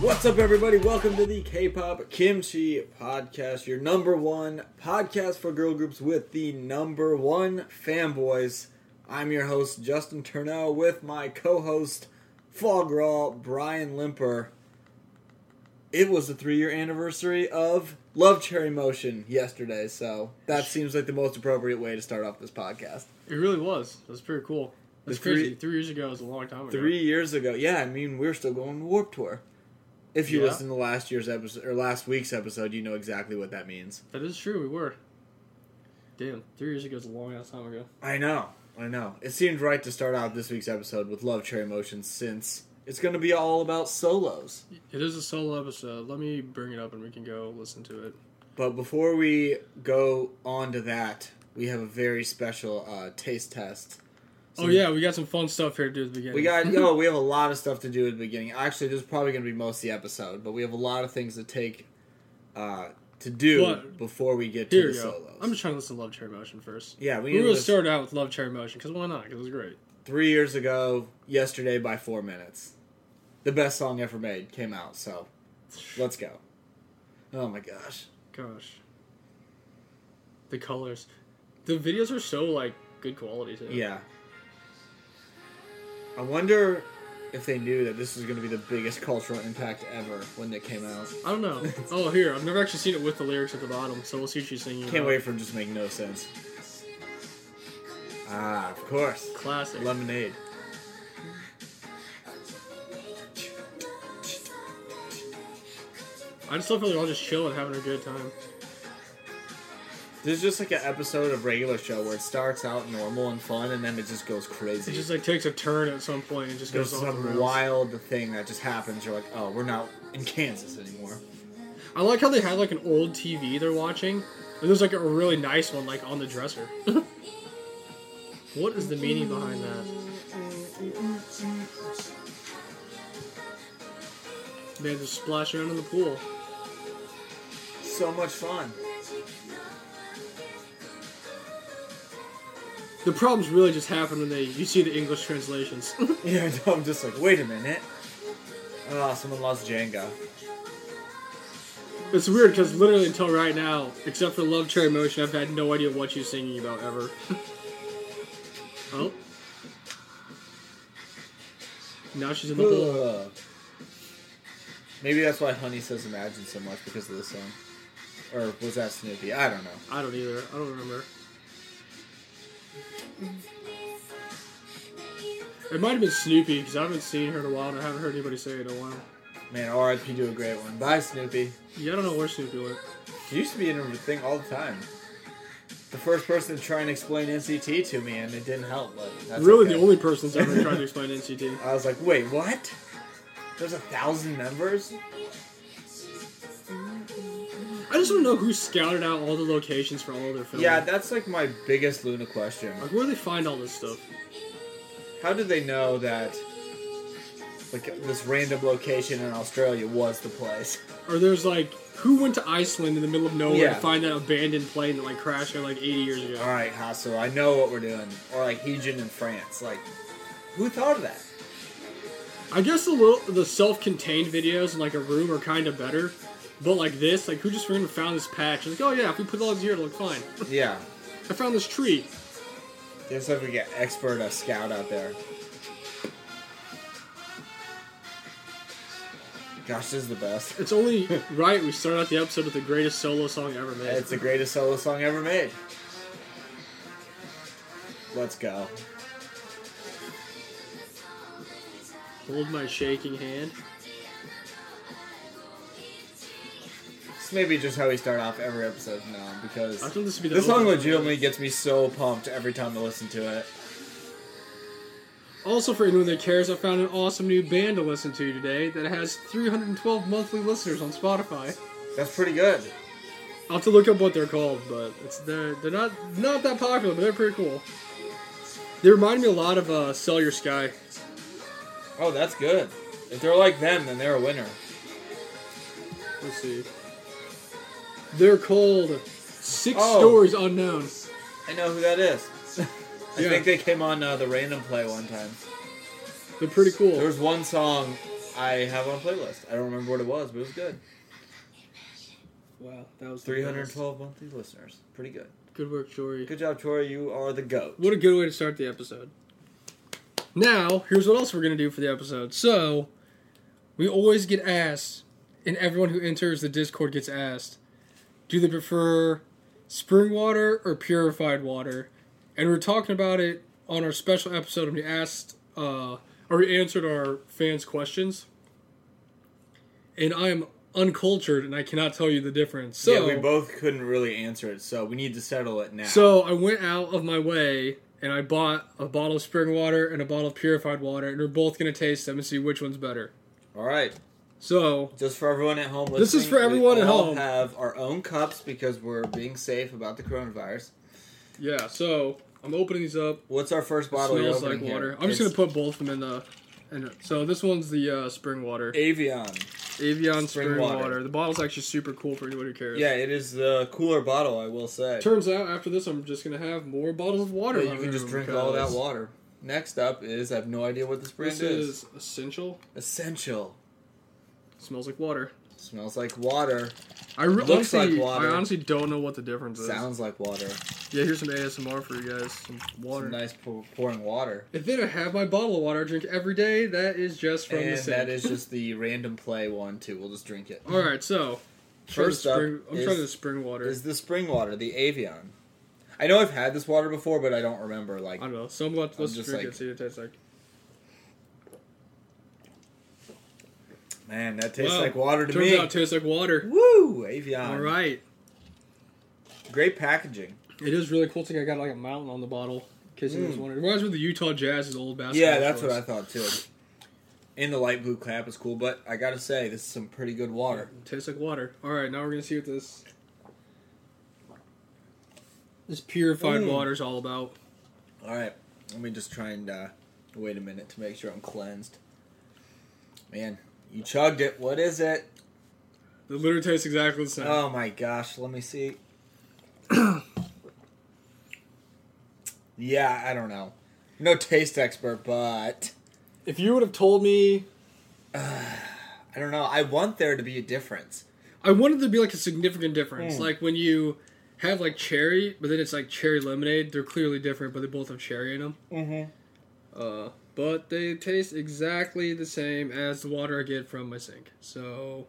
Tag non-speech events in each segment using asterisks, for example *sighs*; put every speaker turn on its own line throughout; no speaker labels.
What's up, everybody? Welcome to the K-pop Kimchi Podcast, your number one podcast for girl groups with the number one fanboys. I'm your host Justin Turneau with my co-host Fograw Brian Limper. It was the three-year anniversary of Love Cherry Motion yesterday, so that seems like the most appropriate way to start off this podcast.
It really was. That was pretty cool. That's
The three-
crazy. Three, years ago was a long time ago.
Three years ago, yeah. I mean, we're still going to Warp Tour. If you
Yeah.
listen to last year's episode or last week's episode, you know exactly what that means.
That is true. We were. Damn, three years ago is a long ass time ago.
I know, I know. It seemed right to start out this week's episode with Love Cherry Motion since it's going to be all about solos.
It is a solo episode. Let me bring it up and we can go listen to it.
But before we go on to that, we have a very special uh, taste test. So
oh yeah, we got some fun stuff here to do at the beginning.
We *laughs* got
*laughs*
yo. We have a lot of stuff to do at the beginning. Actually, this is probably going to be most of the episode, but we have a lot of things to take uh, to do
What?
before we get to
here
the
we go.
solos.
I'm just trying to listen to Love Cherry Motion first.
Yeah, we
We
need
are
to
gonna
list
start out with Love Cherry Motion because why not? Because it's great.
three years ago, yesterday by four minutes. The best song ever made came out, so let's go. Oh my gosh.
Gosh, the colors, the videos are so like good quality too.
Yeah. I wonder if they knew that this was going to be the biggest cultural impact ever when it came out.
I
*laughs*
don't know. oh, here I've never actually seen it with the lyrics at the bottom, so we'll see what she's singing.
Can't
about.
wait for it just to make no sense. Ah, of course.
Classic.
Lemonade.
I just love how they're all just chilling, having a good time.
This is just like an episode of regular show where it starts out normal and fun and then it just goes
It
crazy.
just like takes a turn at some point and just
There's
goes off the
some
rails.
wild thing that just happens. You're like, oh, we're not in Kansas anymore.
I like how they had like an old TV they're watching, and there's like a really nice one like on the dresser. *laughs* what is the meaning behind that? They just splash around in the pool.
So much fun. *laughs*
The problems really just happen when they you see the English translations. *laughs*
Yeah, I know, I'm just like, wait a minute. Oh, someone lost Jenga.
it's weird because literally until right now, except for Love Cherry Motion, I've had no idea what she's singing about ever. *laughs* oh. Now she's in the pool.
*sighs* Ugh. Maybe that's why Honey says Imagine so much because of this song. Or was that Snoopy? I don't know.
I don't either. I don't remember. It might have been Snoopy because I haven't seen her in a while and I haven't heard anybody say it in a while.
Man, RIP do a great one. Bye, Snoopy.
Yeah, I don't know where Snoopy went.
She used to be in a thing all the time. The first person to try and explain NCT to me, and it didn't help. But that's
really,
okay.
the only person's
*laughs*
ever tried to explain NCT.
I was like, wait, what? There's a thousand members?
I just don't know who scouted out all the locations for all of their filming.
Yeah, that's like my biggest Luna question.
like where do they find all this stuff?
How did they know that like this random location in Australia was the place?
Or there's like who went to Iceland in the middle of nowhere
Yeah.
to find that abandoned plane that like crashed there like 80 years ago?
Alright, Hassel, I know what we're doing. Or like Heejin in France. Like who thought of that?
I guess the little the self-contained videos in like a room are kind of better, but like this, like who just randomly found this patch? Like, oh yeah, if we put it all here, it'll look fine.
Yeah.
I found this tree.
There's like an expert a scout out there. Gosh, this is the best.
It's only
*laughs*
right we start out the episode with the greatest solo song ever made.
It's the greatest solo song ever made. Let's go.
Hold my shaking hand.
This may be just how we start off every episode now because
I thought this would be the
this song
opener.
legitimately gets me so pumped every time I listen to it.
Also, for anyone that cares, I found an awesome new band to listen to today that has 312 monthly listeners on Spotify.
That's pretty good.
I'll have to look up what they're called, but it's they're they're not not that popular, but they're pretty cool. They remind me a lot of uh, "Sell Your Sky."
Oh, that's good. If they're like them, then they're a winner.
Let's see. They're called Six
Oh.
Stories Unknown.
I know who that *laughs* is. I
Yeah.
think they came on uh, the random play one time.
They're pretty cool.
There was one song I have on a playlist. I don't remember what it was, but it was good.
Wow, that was the
Three hundred
best.
twelve monthly listeners, pretty good.
Good work, Jory.
Good job, Tori. You are the goat.
What a good way to start the episode. Now, here's what else we're going to do for the episode. So, we always get asked, and everyone who enters the Discord gets asked, do they prefer spring water or purified water? And we were talking about it on our special episode when we asked, uh, or we answered our fans' questions. And I am uncultured and I cannot tell you the difference. So,
yeah, we both couldn't really answer it, so we need to settle it now.
so I went out of my way and I bought a bottle of spring water and a bottle of purified water, and we're both gonna taste them and see which one's better.
all right,
So
just for everyone at home. Listening,
This is for everyone
we
at
all
home.
Have our own cups because we're being safe about the coronavirus.
yeah, so I'm opening these up.
What's our first
It
bottle? you're
smells like
opening here?
water. I'm just
It's
gonna put both of them in the. And so this one's the uh, spring water,
Avion.
Avion spring, water.
water.
The bottle's actually super cool for anyone who cares.
Yeah, it is the cooler bottle. I will say.
Turns out after this, I'm just gonna have more bottles of water.
But
in
you
my
can just
room
drink all that
because
water. Next up is I have no idea what this brand
This
is.
is essential.
Essential.
smells like water.
Smells like water.
I re-
Looks like
honestly,
water.
I honestly don't know what the difference is.
Sounds like water.
Yeah, here's some ASMR for you guys. Some water.
Some nice pour- pouring water.
And then I have my bottle of water I drink every day. That is just from the
and
sink.
that is just the random play one too. We'll just drink it.
*laughs* All right, so try the
First up
spring, I'm
is-
trying the spring water.
Is the spring water the Avion? I know I've had this water before, but I don't remember. Like
I don't know. So I'm about to let's
I'm just
drink
like-
it. See what it tastes like.
man, that tastes
Wow.
like water to
Turns
me.
out it tastes like water.
Woo, Avion.
All right,
Great packaging.
it is really cool. Thing I got like a mountain on the bottle. In case anyone's
Mm.
wondering, it reminds me of the Utah Jazz's old basketball.
yeah, that's what I
shorts.
thought too. And the light blue cap is cool, but I gotta say this is some pretty good water.
It tastes like water. All right, now we're gonna see what this this purified
Mm.
water is all about.
All right, let me just try and uh, wait a minute to make sure I'm cleansed. Man, you chugged it. What is it?
It literally tastes exactly the same.
Oh my gosh, let me see. yeah, I don't know. No taste expert, but
if you would have told me
I don't know. I want there to be a difference.
I wanted there to be like a significant difference.
Mm.
Like when you have like cherry, but then it's like cherry lemonade. They're clearly different, but they both have cherry in them.
Mm-hmm.
Uh, but they taste exactly the same as the water I get from my sink. So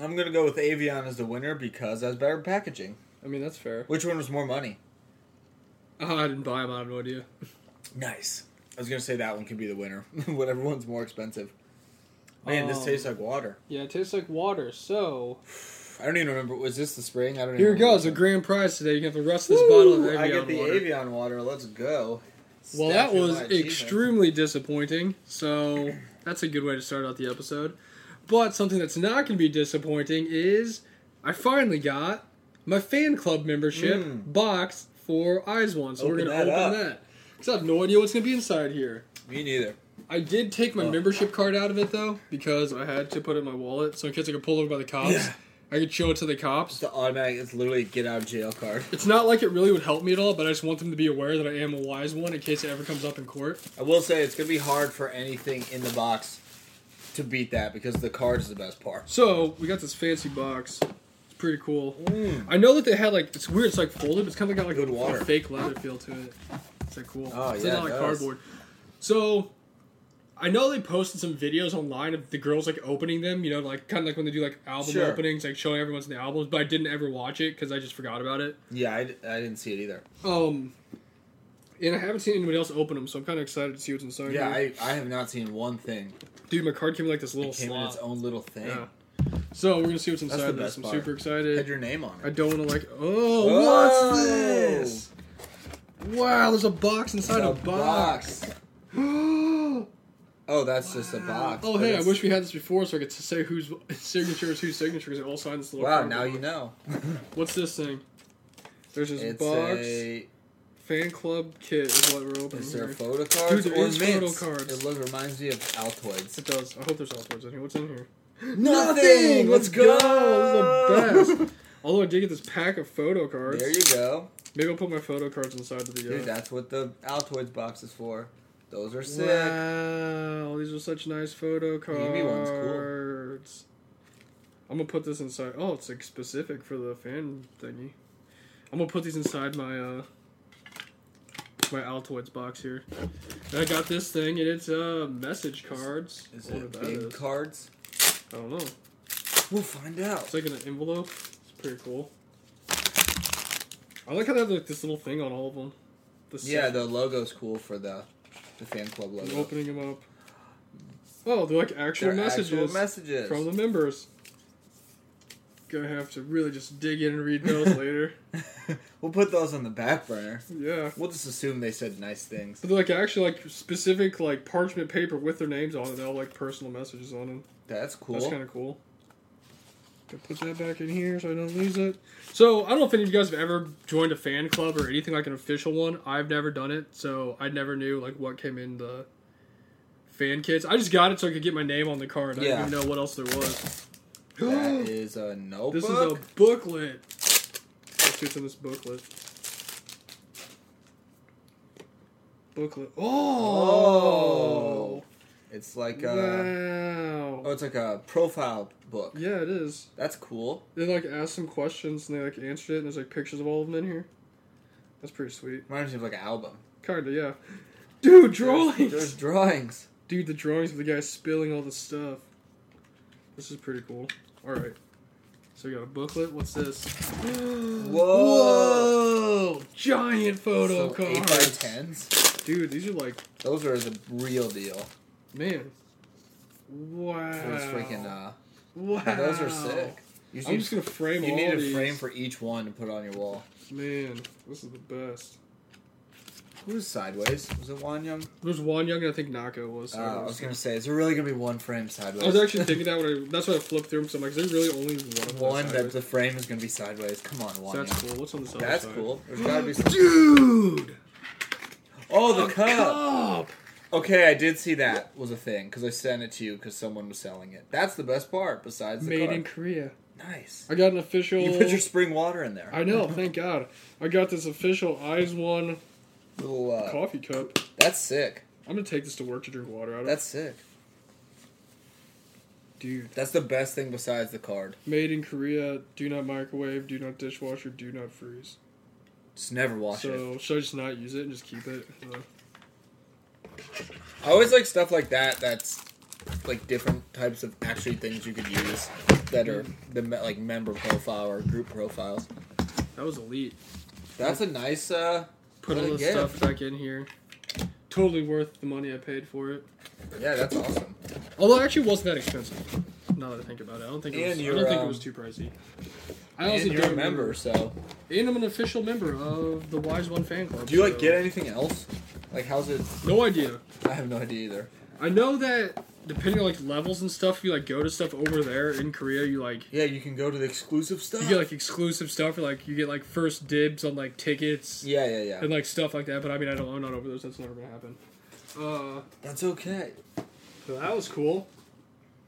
I'm gonna go with Avion as the winner because that's better packaging.
I mean that's fair.
Which one was more money?
Ah, I didn't buy them. I have no idea.
Nice. I was gonna say that one could be the winner. *laughs* Whatever one's more expensive. Man, this
Um,
tastes like water.
Yeah, it tastes like water. So
I don't even remember. Was this the spring? I don't. Even
here
remember.
goes a grand prize today. You can have the rest of this bottle
Woo!
of Evian
I get the
water.
Avion water. Let's go.
Well, that
Statue of
was
achievement.
extremely disappointing. So that's a good way to start out the episode. But something that's not going to be disappointing is I finally got my fan club membership
Mm.
box for Eyes One. So we're
Open
going to
that
open
up.
that. Because I have no idea what's going to be inside here.
Me neither.
I did take my
Oh.
membership card out of it though because I had to put it in my wallet. So in case I get pulled over by the cops,
Yeah.
I could show it to the
It's
cops.
the automatic. It's literally a get out of jail card. *laughs*
It's not like it really would help me at all, but I just want them to be aware that I am a wise one in case it ever comes up in court.
I will say it's gonna be hard for anything in the box to beat that because the card is the best part.
So we got this fancy box. It's pretty cool. I know that they had like it's weird. It's like folded, but it's kind of got like
Mm. Good
a,
water.
a fake leather feel to it. It's like cool.
Oh,
it's
yeah,
not
it
like
does.
cardboard. So I know they posted some videos online of the girls like opening them. You know, like kind of like when they do like album
Sure.
openings, like showing everyone's in the albums. But I didn't ever watch it because I just forgot about it.
Yeah, I, d- I didn't see it either.
Um, and I haven't seen anyone else open them, so I'm kind of excited to see what's inside.
Yeah,
here.
I, I have not seen one thing.
dude, my card came in like this little
It came in
slot.
its own little thing.
Yeah. So we're gonna see what's
That's
inside
the
this.
best
I'm
part.
super excited.
Had your name on
I
it.
don't want to like. Oh,
Whoa!
what's this? Wow, there's a box inside a
The
*gasps* box. oh,
Oh, that's just a box.
Oh,
but
hey, I
it's-
wish we had this before so I could say whose signature is whose signature because they all signed this little.
Wow,
card.
now you know.
What's this thing? There's *laughs* this
It's
box.
a.
Fan club kit is what we're opening
Is there
here.
photo cards
Dude, there
or
is photo
mints?
cards.
It look, reminds me of Altoids.
It does. I hope there's all sorts in here. What's in here?
Let's go.
The best. Although I did get this pack of photo cards.
*laughs* There you go.
Maybe I'll put my photo cards inside of the. Uh,
Dude, that's what the Altoids box is for. Those are sick.
Wow, these are with such nice photo
Amy one's cool.
cards. I'm gonna put this inside. Oh, it's like specific for the fan thingy. I'm gonna put these inside my uh my Altoids box here. And I got this thing, and it's uh message cards.
Is
I wonder
it
what that
big
is.
cards?
I don't know.
We'll find out.
It's like in an envelope. It's pretty cool. I like how they have like this little thing on all of them. The
Yeah,
set.
the logo's cool for the the fan club
I'm
logo.
opening them up. Oh, they're like actual
They're
messages
actual messages.
from the members. Gonna have to really just dig in and
*laughs*
read those later.
we'll put those on the back burner.
Yeah.
We'll just assume they said nice things.
But they're like actually like specific like parchment paper with their names on it, and all like personal messages on them.
That's cool.
That's kind of cool. Gonna put that back in here so I don't lose it. So I don't know if any of you guys have ever joined a fan club or anything like an official one. I've never done it, so I never knew like what came in the fan kits. I just got it so I could get my name on the card. I
Yeah.
didn't even know what else there was.
that *gasps* is a notebook.
this is a booklet. Let's see what's in this booklet. Booklet. Oh.
Oh. It's like a
wow.
oh, it's like a profile book.
Yeah, it is.
That's cool.
They like asked some questions and they like answered it, and there's like pictures of all of them in here. That's pretty sweet.
Reminds me of like an album.
Kinda, yeah. Dude,
There's,
*laughs* drawings.
there's drawings.
Dude, the drawings of the guy spilling all the stuff. This is pretty cool. All right. So we got a booklet. What's
*gasps*
this?
Whoa.
Whoa! Giant photo
Some eight by
cards.
tens.
Dude, these are like,
Those are the real deal.
man. Wow.
Those freaking uh,
wow.
those are sick. You
I'm
need-
just gonna frame
you
all
need a
these.
frame for each one to put on your wall.
Man, this is the best.
Who's sideways? Was it Wanyum?
There's one young, and I think Naka was. so
Uh, I
that
was gonna say, is there really gonna be one frame sideways?
I was actually thinking that when I, that's why I flipped through them. So I'm like, is there really only one?
one
of
that
those
the frame is gonna be sideways. Come on,
sideways?
Wanyum.
So that's cool. What's on this other
That's
side?
cool. There's gotta be. Some-
Dude,
oh, the
a
cup.
cup!
Okay, I did see that was a thing because I sent it to you because someone was selling it. That's the best part. Besides the
made
card.
in Korea.
nice.
I got an official.
You put your spring water in there.
I know. Thank God. I got this official Eyes One
Little, uh,
coffee cup.
that's sick.
I'm gonna take this to work to drink water out of.
That's sick.
dude.
That's the best thing besides the card.
Made in Korea. Do not microwave. Do not dishwasher. Do not freeze.
Just never wash it.
so should I just not use it and just keep it? Uh,
I always like stuff like that. That's like different types of actually things you could use that are the me- like member profile or group profiles.
that was elite.
That's a nice. uh
Put
What
all
a
this stuff back in here. Totally worth the money I paid for it.
Yeah, that's awesome.
Although it actually wasn't that expensive. Now that I think about it, I don't think it was,
And
I
you're,
don't think
um,
it was too pricey. I also
And
don't
you're a
remember.
member, so
And I'm an official member of the Wise One fan club.
do you like
so-
get anything else? Like, how's it?
No idea.
I have no idea either.
I know that depending on like levels and stuff, if you like go to stuff over there in Korea, you like
Yeah, you can go to the exclusive stuff.
you get like exclusive stuff or like you get like first dibs on like tickets
yeah, yeah, yeah.
and like stuff like that. But I mean, I don't. I'm not over those. That's never gonna happen. Uh,
That's okay.
so that was cool.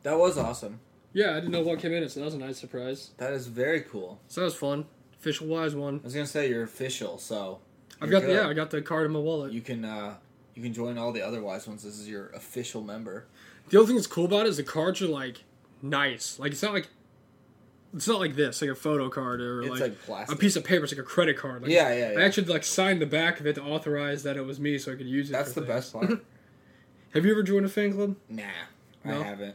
That was awesome.
Yeah, I didn't know what came in it, so that was a nice surprise.
That is very cool.
So that was fun. Official Wise One.
I was gonna say you're official, so
I've
you're
got the,
good.
yeah, I got the card in my wallet.
You can uh you can join all the other wise ones. This is your official member.
The other thing that's cool about it is the cards are like nice. Like it's not like it's not like this, like a photo card or
It's
like,
like, plastic.
a piece of paper. It's like a credit card. Like,
Yeah, yeah, yeah.
I actually like signed the back of it to authorize that it was me, so I could use it.
That's
for
the
things.
best part.
*laughs* Have you ever joined a fan club?
nah,
No?
I haven't.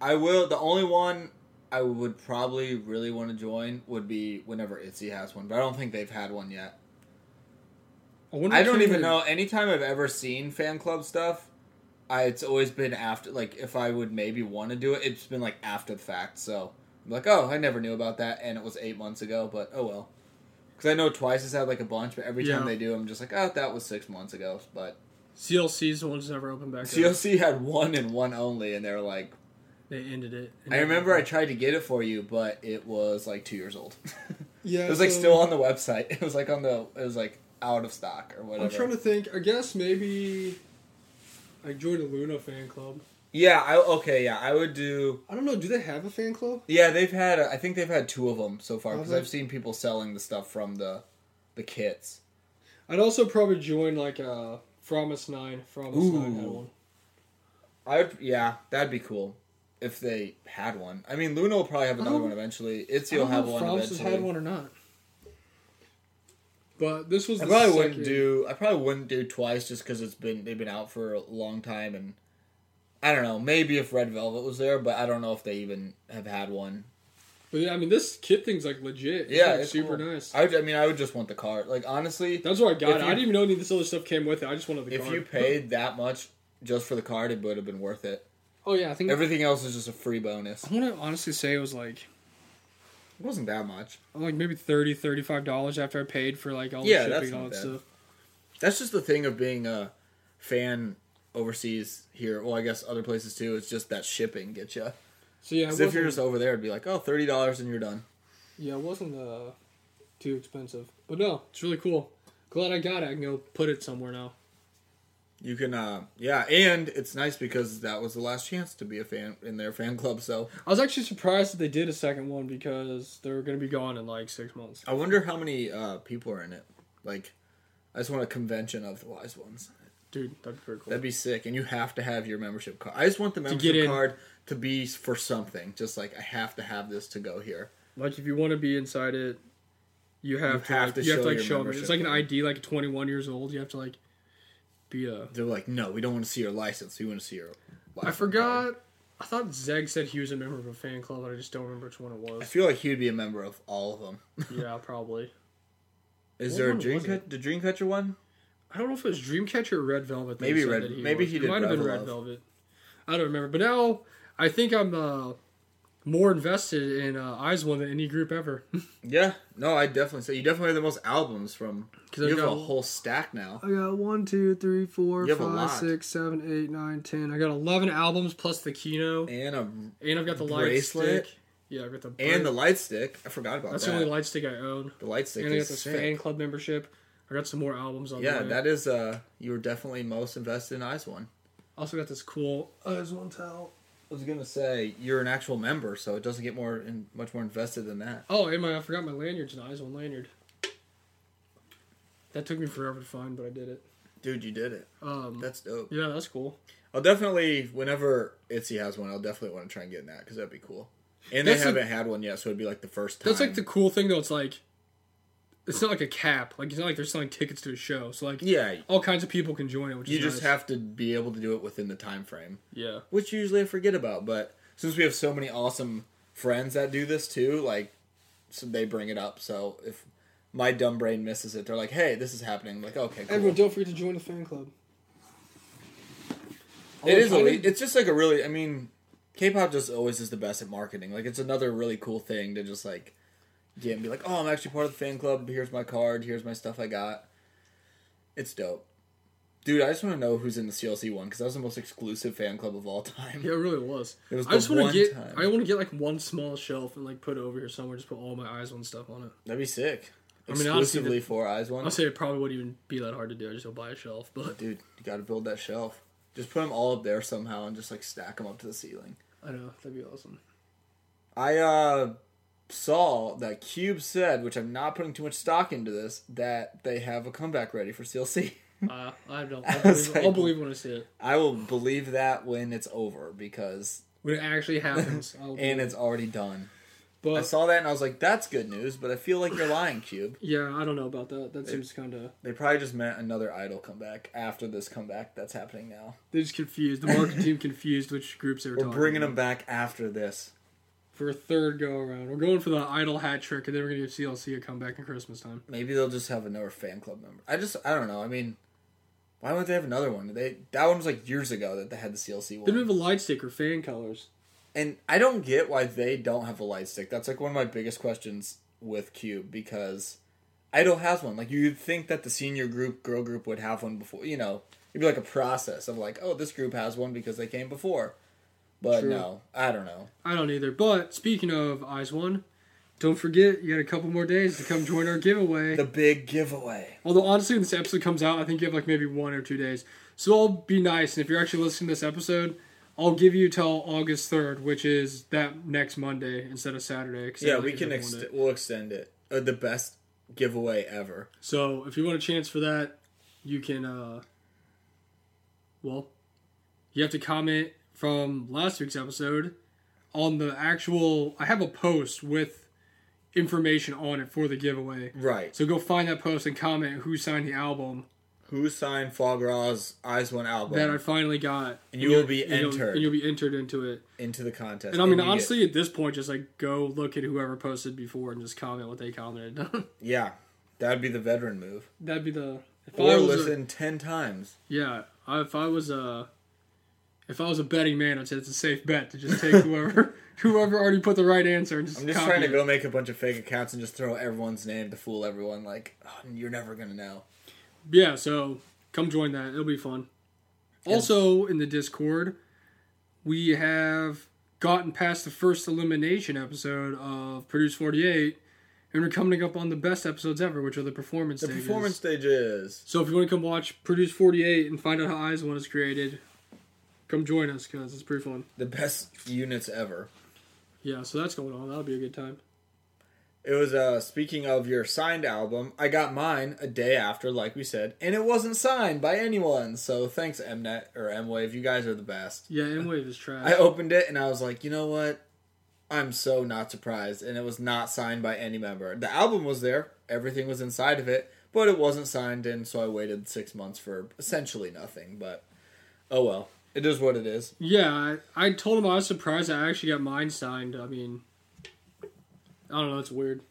I will. The only one I would probably really want to join would be whenever Itzy has one, but I don't think they've had one yet.
wonder
I
if
don't
you
even
would-
know. Anytime I've ever seen fan club stuff, I, it's always been after. Like if I would maybe want to do it, it's been like after the fact. So I'm like, oh, I never knew about that, and it was eight months ago. But oh well, because I know twice has had like a bunch, but every time
Yeah.
they do, I'm just like, oh, that was six months ago. But
CLC's the ones that never opened back. up.
CLC had one and one only, and they were like,
They ended it.
I remember I tried to get it for you, but it was like two years old. *laughs*
yeah,
it was like still on the website. *laughs* It was like on the. It was like out of stock or whatever.
I'm trying to think. I guess maybe I joined a Luna fan club.
Yeah. I okay. Yeah. I would do.
I don't know. Do they have a fan club?
Yeah, they've had. I think they've had two of them so far
Have
because
they?
I've seen people selling the stuff from the, the kits.
I'd also probably join like uh Fromis Nine. Fromis Nine had
Ooh.
one.
I would. Yeah, that'd be cool if they had one. I mean, Luna will probably have another
Um,
one eventually.
I
Itzy will
don't know
have
if
one
France has
eventually.
had one or not. But this was
I
the
probably
second.
wouldn't do. I probably wouldn't do twice just because it's been they've been out for a long time, and I don't know. Maybe if Red Velvet was there, but I don't know if they even have had one.
But yeah, I mean, this kit thing's like legit. It's,
Yeah,
like,
it's
super
cool.
nice.
I, would- I mean, I would just want the card. Like honestly,
That's where I got
If
it. I
you-
didn't even know any of this other stuff came with it. I just wanted the
if
card.
you paid that much just for the card, it would have been worth it.
oh yeah, I think
Everything else is just a free bonus. Mm. It
I want to honestly say it was like
wasn't that much.
like maybe 30 35 dollars after I paid for like all the
Yeah,
shipping
that's
and all
not
that
bad.
stuff.
That's just the thing of being a fan overseas here. Well, I guess other places too. It's just that shipping gets you.
So yeah, it
Because if you're
wasn't-
just over there, it'd be like, oh, thirty dollars and you're done.
Yeah, it wasn't uh, too expensive. But no, it's really cool. Glad I got it. I can go put it somewhere now.
You can, uh, yeah, and it's nice because that was the last chance to be a fan in their fan club. So
I was actually surprised that they did a second one because they're going to be gone in like six months.
I wonder how many uh, people are in it. Like, I just want a convention of the wise ones.
Dude, that'd be pretty cool.
That'd be sick. And you have to have your membership card. I just want the
get
membership
in.
card to be for something. Just like I have to have this to go here.
like if you want to be inside it, you have to,
have
like,
to
you have
show
to like
your
show them. It's
membership
like an
card.
ID, like 21 years old. You have to like be a.
They're like, no, we don't want to see your license. We want to see your. License
I
card."
forgot. I thought Zeg said he was a member of a fan club, but I just don't remember which one it
I *laughs*
was.
feel like he'd be a member of all of them.
yeah, probably.
Is
What
there a
one
dream
was
cut? The Dreamcatcher one?
I don't know if it was Dreamcatcher or Red Velvet. that
Maybe
said
Red-
that
maybe
was.
he
It
did
might have been
Red
Red
Velvet.
Velvet. I don't remember. But now I think I'm uh, more invested in uh, Eyes One than any group ever.
Yeah. No, I definitely say you definitely have the most albums from. You
'Cause I've
have a
got-
whole stack now.
I got one, two, three, four,
You have a lot.
five, six, seven, eight, nine, ten. I got eleven albums plus the Kino,
And a
and I've got the light
Bracelet.
stick. Yeah, I've got the
and the
bra-
light stick. I forgot about
that's
that.
the only light stick I own.
the light stick
And I got
is
this
sick.
fan club membership. I got some more albums on
Yeah,
the way.
that is uh you were definitely most invested in Eyes One.
Also got this cool Eyes One towel.
I was gonna say you're an actual member, so it doesn't get more and much more invested than that.
Oh, and my I forgot my lanyards and eyes on lanyard. That took me forever to find, but I did it.
Dude, you did it.
Um,
That's dope.
yeah, that's cool.
I'll definitely whenever Itzy has one, I'll definitely want to try and get in that because that'd be cool. And they
That's a-
haven't had one yet, so it'd be like the first time.
That's like the cool thing though. It's like it's not like a cap. Like it's not like they're selling tickets to a show. So like
yeah.
all kinds of people can join it. Which
You
is
just
nice.
have to be able to do it within the time frame,
yeah.
which usually I forget about. But since we have so many awesome friends that do this too, like so they bring it up. So if my dumb brain misses it, they're like, "Hey, this is happening." I'm like, okay, cool.
don't forget to join the fan club.
It is.
I
Always,
didn't-
it's just like a really. I mean, K-pop just always is the best at marketing. Like it's another really cool thing to just like get and be like, oh, I'm actually part of the fan club. Here's my card. Here's my stuff I got. It's dope, dude. I just want to know who's in the CLC one because that was the most exclusive fan club of all time.
Yeah, it really was.
It was
I just
the
want
one
to get.
time.
I want to get like one small shelf and like put it over here somewhere. Just put all my eyes on stuff on it.
That'd be sick.
I mean, honestly,
Exclusively for Eyes One.
I'll say it probably wouldn't even be that hard to do. I just go buy a shelf, but
Dude, you got to build that shelf. Just put them all up there somehow and just like stack them up to the ceiling.
*laughs* I know that'd be *laughs* awesome.
I uh, saw that Cube said, which I'm not putting too much stock into this, that they have a comeback ready for CLC.
Uh, I don't.
*laughs* I
I'll believe,
was like-
I'll believe when I see it.
*laughs* I will believe that when it's over because
When it actually happens. I'll
*laughs* and it's already done. I
but
saw that and I was like, "That's good news," but I feel like you're lying, Cube.
yeah, I don't know about that. That seems kind of.
They probably just meant another idol comeback after this comeback that's happening now.
They're just confused. The marketing team confused which groups they were,
We're
talking
bringing
about.
them back after this.
for a third go around. We're going for the idol hat trick, and then we're gonna give CLC a comeback in Christmas time.
Maybe they'll just have another fan club member. I just I don't know. I mean, why wouldn't they have another one? They that one was like years ago that they had the CLC one.
Then we have a light stick or fan colors.
And I don't get why they don't have a light stick. That's like one of my biggest questions with Cube because Idol has one. Like you'd think that the senior group, girl group would have one before. You know, it'd be like a process of like, oh, this group has one because they came before. But
True.
no, I don't know.
I don't either. But speaking of Eyes One, don't forget you got a couple more days to come join our giveaway.
The big giveaway.
Although honestly, when this episode comes out, I think you have like maybe one or two days. So I'll be nice, and if you're actually listening to this episode, I'll give you till August third, which is that next Monday instead of Saturday. 'cause
Yeah,
I
we
like
can
it
ex-
Monday.
we'll extend it. Uh, the best giveaway ever.
So if you want a chance for that, you can. uh Well, you have to comment from last week's episode on the actual. I have a post with information on it for the giveaway.
Right.
So go find that post and comment who signed the album
Who signed Fog Raw's Eyes One album
that I finally got.
And you will be
and you'll-
entered.
And you'll be entered into it.
into the contest?
And I mean,
you get-
honestly, at this point, just like go look at whoever posted before and just comment what they commented.
yeah, that'd be the veteran move.
*laughs* That'd be the. If
Or
was a-
listen ten times.
yeah, I, if I was a, if I was a betting man, I'd say it's a safe bet to just take
*laughs*
whoever whoever already put the right answer and just.
I'm just
copy
trying to
it.
go make a bunch of fake accounts and just throw everyone's name to fool everyone. Like "Oh, you're never gonna know.
Yeah, so come join that. It'll be fun. Also in the Discord, we have gotten past the first elimination episode of Produce 48 and we're coming up on the best episodes ever, which are the performance
The
stages.
performance stages.
So if you want to come watch Produce 48 and find out how Eyes One is created, come join us cuz it's pretty fun.
The best units ever.
Yeah, so that's going on. That'll be a good time.
It was uh speaking of your signed album, I got mine a day after, like we said, and it wasn't signed by anyone. So thanks Mnet or Mwave, you guys are the best.
Yeah, M-Wave is trash.
I opened it and I was like, you know what? I'm so not surprised, and it was not signed by any member. The album was there, everything was inside of it, but it wasn't signed, and so I waited six months for essentially nothing. But oh well, it is what it is.
Yeah, I, I told him I was surprised I actually got mine signed. I mean, I don't know, it's weird.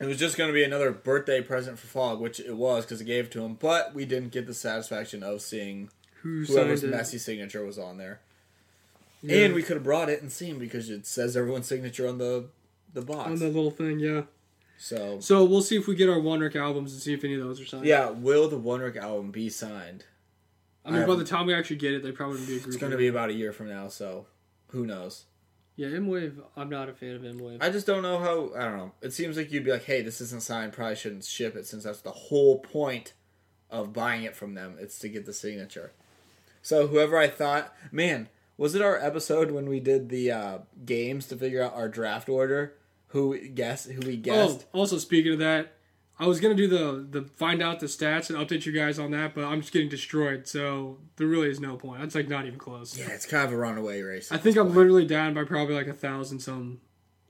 It was just going to be another birthday present for Fog, which it was because I gave it to him, but we didn't get the satisfaction of seeing
Who
whoever's
signed it?
messy signature was on there.
Yeah.
And we could have brought it and seen because it says everyone's signature on the the box.
on that little thing, yeah.
so
So we'll see if we get our One Rick albums and see if any of those are signed.
yeah, will the One Rick album be signed?
I mean,
I
by
haven't-
the time we actually get it, they probably wouldn't be a group.
It's going to be about a year from now, so who knows?
Yeah, M Wave. I'm not a fan of M Wave.
I just don't know how. I don't know. It seems like you'd be like, hey, this isn't signed. Probably shouldn't ship it since that's the whole point of buying it from them. It's to get the signature. So whoever I thought, man, was it our episode when we did the uh, games to figure out our draft order? Who guess? Who we
Oh,
guessed?
also speaking of that, I was gonna do the the find out the stats and update you guys on that, but I'm just getting destroyed. So there really is no point. That's like not even close.
Yeah, it's kind of a runaway race.
I think I'm literally down by probably like a thousand some.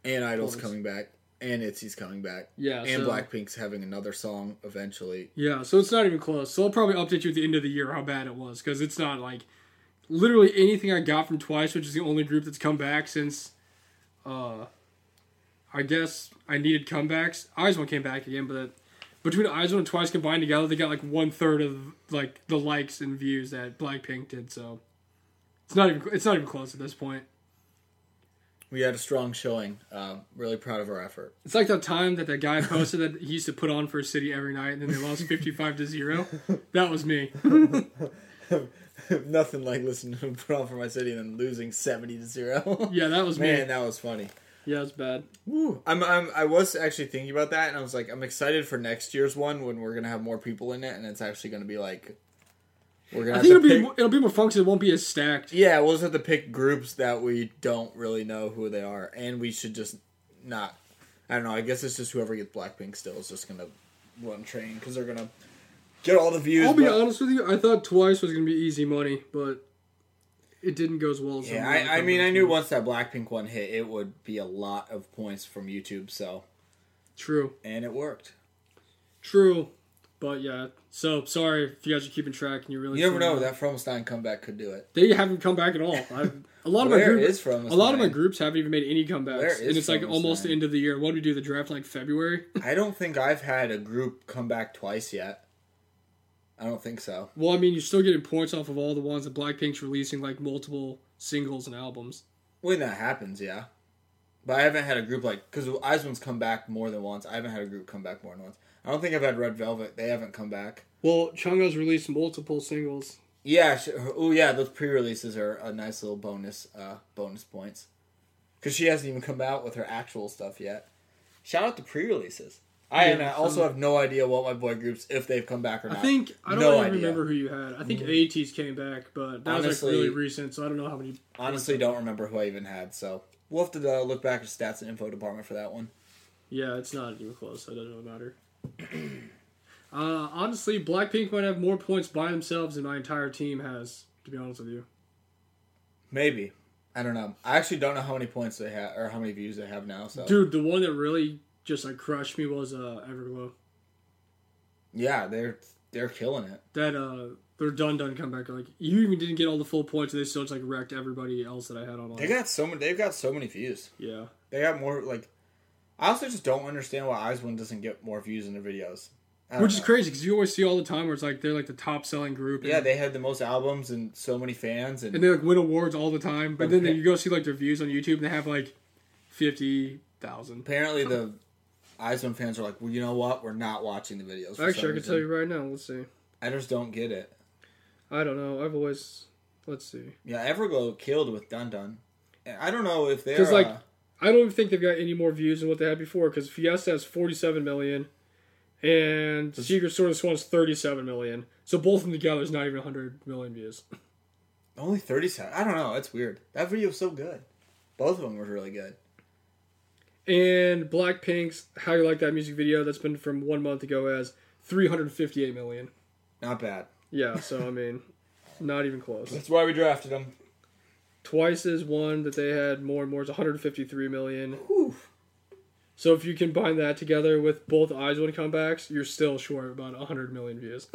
and Idol's
Close.
coming back, and Itzy's coming back,
Yeah.
and
so,
Blackpink's having another song eventually.
Yeah, so it's not even close. So I'll probably update you at the end of the year how bad it was because it's not like literally anything I got from Twice, which is the only group that's come back since. Uh, I guess I needed comebacks. Eyes one came back again, but between Eyes one and Twice combined together, they got like one third of like the likes and views that Blackpink did. So it's not even it's not even close at this point.
We had a strong showing. Um, really proud of our
*laughs*
effort.
It's like that time that that guy posted that he used to put on for a city every night, and then they lost fifty five to zero. That was me.
Nothing like listening to put on for my city and then losing seventy to
*laughs*
zero.
Yeah, that was me.
*laughs* Man, that was funny.
Yeah, it's bad.
Woo. I'm, I'm I was actually thinking about that, and I was like, I'm excited for next year's one when we're gonna have more people in it, and it's actually gonna be like we're gonna.
I
Have
think
to
it'll be
pick-
more, it'll be more function. It won't be as stacked.
Yeah, we'll just have to pick groups that we don't really know who they are, and we should just not. I don't know. I guess it's just whoever gets Blackpink still is just gonna run train because they're gonna get all the views.
I'll be
but-
honest with you. I thought Twice was gonna be easy money, but it didn't go as well. as
Yeah,
some of the
I, I
other
mean, I
companies.
knew once that Blackpink one hit, it would be a lot of points from YouTube. So,
True,
and it worked.
true, but yeah. So sorry if you guys are keeping track and you really.
You never
seeing
know that Fromstein comeback could do it.
They haven't come back at all. I, a lot of my
Where
group,
is from?
a lot of my groups haven't even made any comebacks,
Where is
and it's like
Fromstein?
almost the end of the year. What do we do? The draft in, like February.
I don't think I've had a group come back twice yet. I don't think so.
well, I mean, you're still getting points off of all the ones that Blackpink's releasing, like multiple singles and albums.
When that happens, yeah. But I haven't had a group like because Eisman's come back more than once. I haven't had a group come back more than once. I don't think I've had Red Velvet. They haven't come back.
Well, Chungo's released multiple singles.
Yeah. She, oh yeah, those pre-releases are a nice little bonus. Uh, bonus points because she hasn't even come out with her actual stuff yet. Shout out to pre-releases. I
Yeah,
and I
some-
also have no idea what my boy groups if they've come back or not.
I think I don't
No
even
idea. Mm.
remember who you had. I think AT's came back, but that was like
Honestly-
really recent, so I don't know how many.
Honestly, don't remember who I even had. So we'll have to uh, look back at stats and info department for that one.
Yeah, it's not even close. So it doesn't really matter. *clears throat* uh, honestly, Blackpink might have more points by themselves than my entire team has. To be honest with you,
Maybe. I don't know. I actually don't know how many points they have or how many views they have now. So
Dude, the one that really just like crushed me was uh Everglow.
yeah, they're they're killing it.
That uh their done done comeback. Like you even didn't get all the full points and they still just like wrecked everybody else that I had on.
They got so many. They've got so many views.
yeah.
They got more like. I also just don't understand why Icewind doesn't get more views in their videos. I don't
Which is
know.
crazy because you always see all the time where it's like they're like the top selling group. And,
Yeah, they had the most albums and so many fans, and,
and they like win awards all the time. But then
Okay.
you go see like their views on YouTube and they have like fifty thousand.
apparently the Icewind fans are like, well, you know what? We're not watching the videos. for some
Actually, I can
reason."
tell you right now. Let's see.
I just don't get it.
I don't know. I've always let's see.
Yeah, Everglow killed with Dun Dun. And I don't know if they're
'Cause, like,
uh,
I don't even think they've got any more views than what they had before because Fiesta has 47 million and Secret Sword of the Swan is 37 million. So both of them together is not even 100 million views.
only thirty seven. I don't know. It's weird. That video was so good. Both of them were really good.
And Blackpink's How You Like That music video that's been from one month ago has 358 million.
Not bad.
Yeah, so I mean, not even close.
That's why we drafted them.
Twice as one that they had more and more is 153 million.
Whew.
So if you combine that together with both Icewind comebacks, you're still short about 100 million
*laughs*
views. *laughs*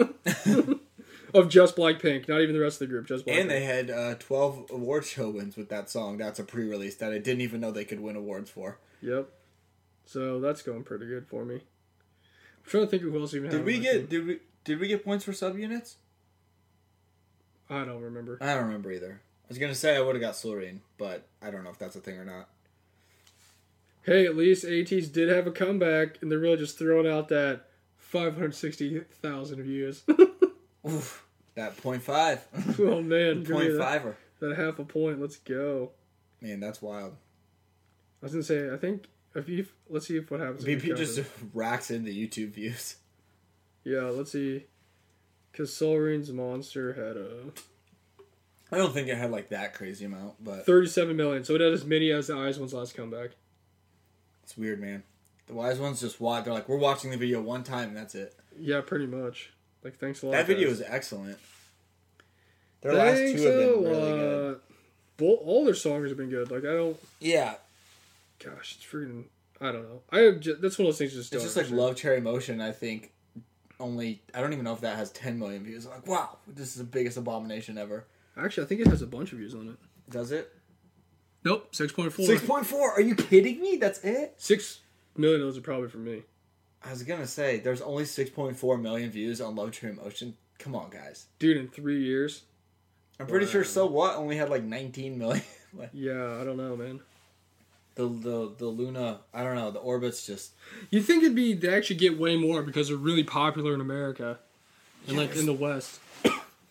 of just Blackpink, not even the rest of the group, just Blackpink.
And they had uh, twelve award show wins with that song. That's a pre release that I didn't even know they could win awards for.
Yep. So that's going pretty good for me. I'm trying to think of who else even had
Did
on
we
my team.
get did we did we get points for subunits?
I don't remember.
I don't remember either. I was gonna say I would have got Slurine, but I don't know if that's a thing or not.
Hey, at least ATs did have a comeback, and they're really just throwing out that 560,000 views. *laughs*
Oof. That point five.
oh man, give me
point
that-
fiver.
that half a point. Let's go.
Man, that's wild.
I was gonna say, I think if you let's see if what happens. if we
BP
count
just
it.
*laughs* racks into YouTube views.
yeah, let's see, because Solarine's monster had a
I don't think it had like that crazy amount, but
thirty-seven million, so it had as many as the eyes one's last comeback.
it's weird, man. The wise ones just watch. They're like, we're watching the video one time and that's it.
Yeah, pretty much. Like thanks a lot.
That video
guys.
is excellent. Their last
Thanks
two have
a
been really good.
lot. Bo- all their songs have been good. Like I don't.
Yeah,
Gosh, it's freaking. I don't know. I have just, that's one of those things. Just
it's
don't
just like
understand.
Love Cherry Motion. I think only I don't even know if that has 10 million views. I'm like, wow, this is the biggest abomination ever.
Actually, I think it has a bunch of views on it.
Does it?
Nope, six point four.
Six
Six,
point four? Are you kidding me? That's it?
six million of those are probably for me.
I was gonna say there's only six point four million views on Love Tree Motion. Come on, guys.
Dude, in three years.
I'm pretty sure
Wow.
So What only had like nineteen million. *laughs* Like,
Yeah, I don't know, man.
the the the Luna, I don't know. The orbits just
You'd think it'd be they actually get way more because they're really popular in America and like
Yes.
in the West.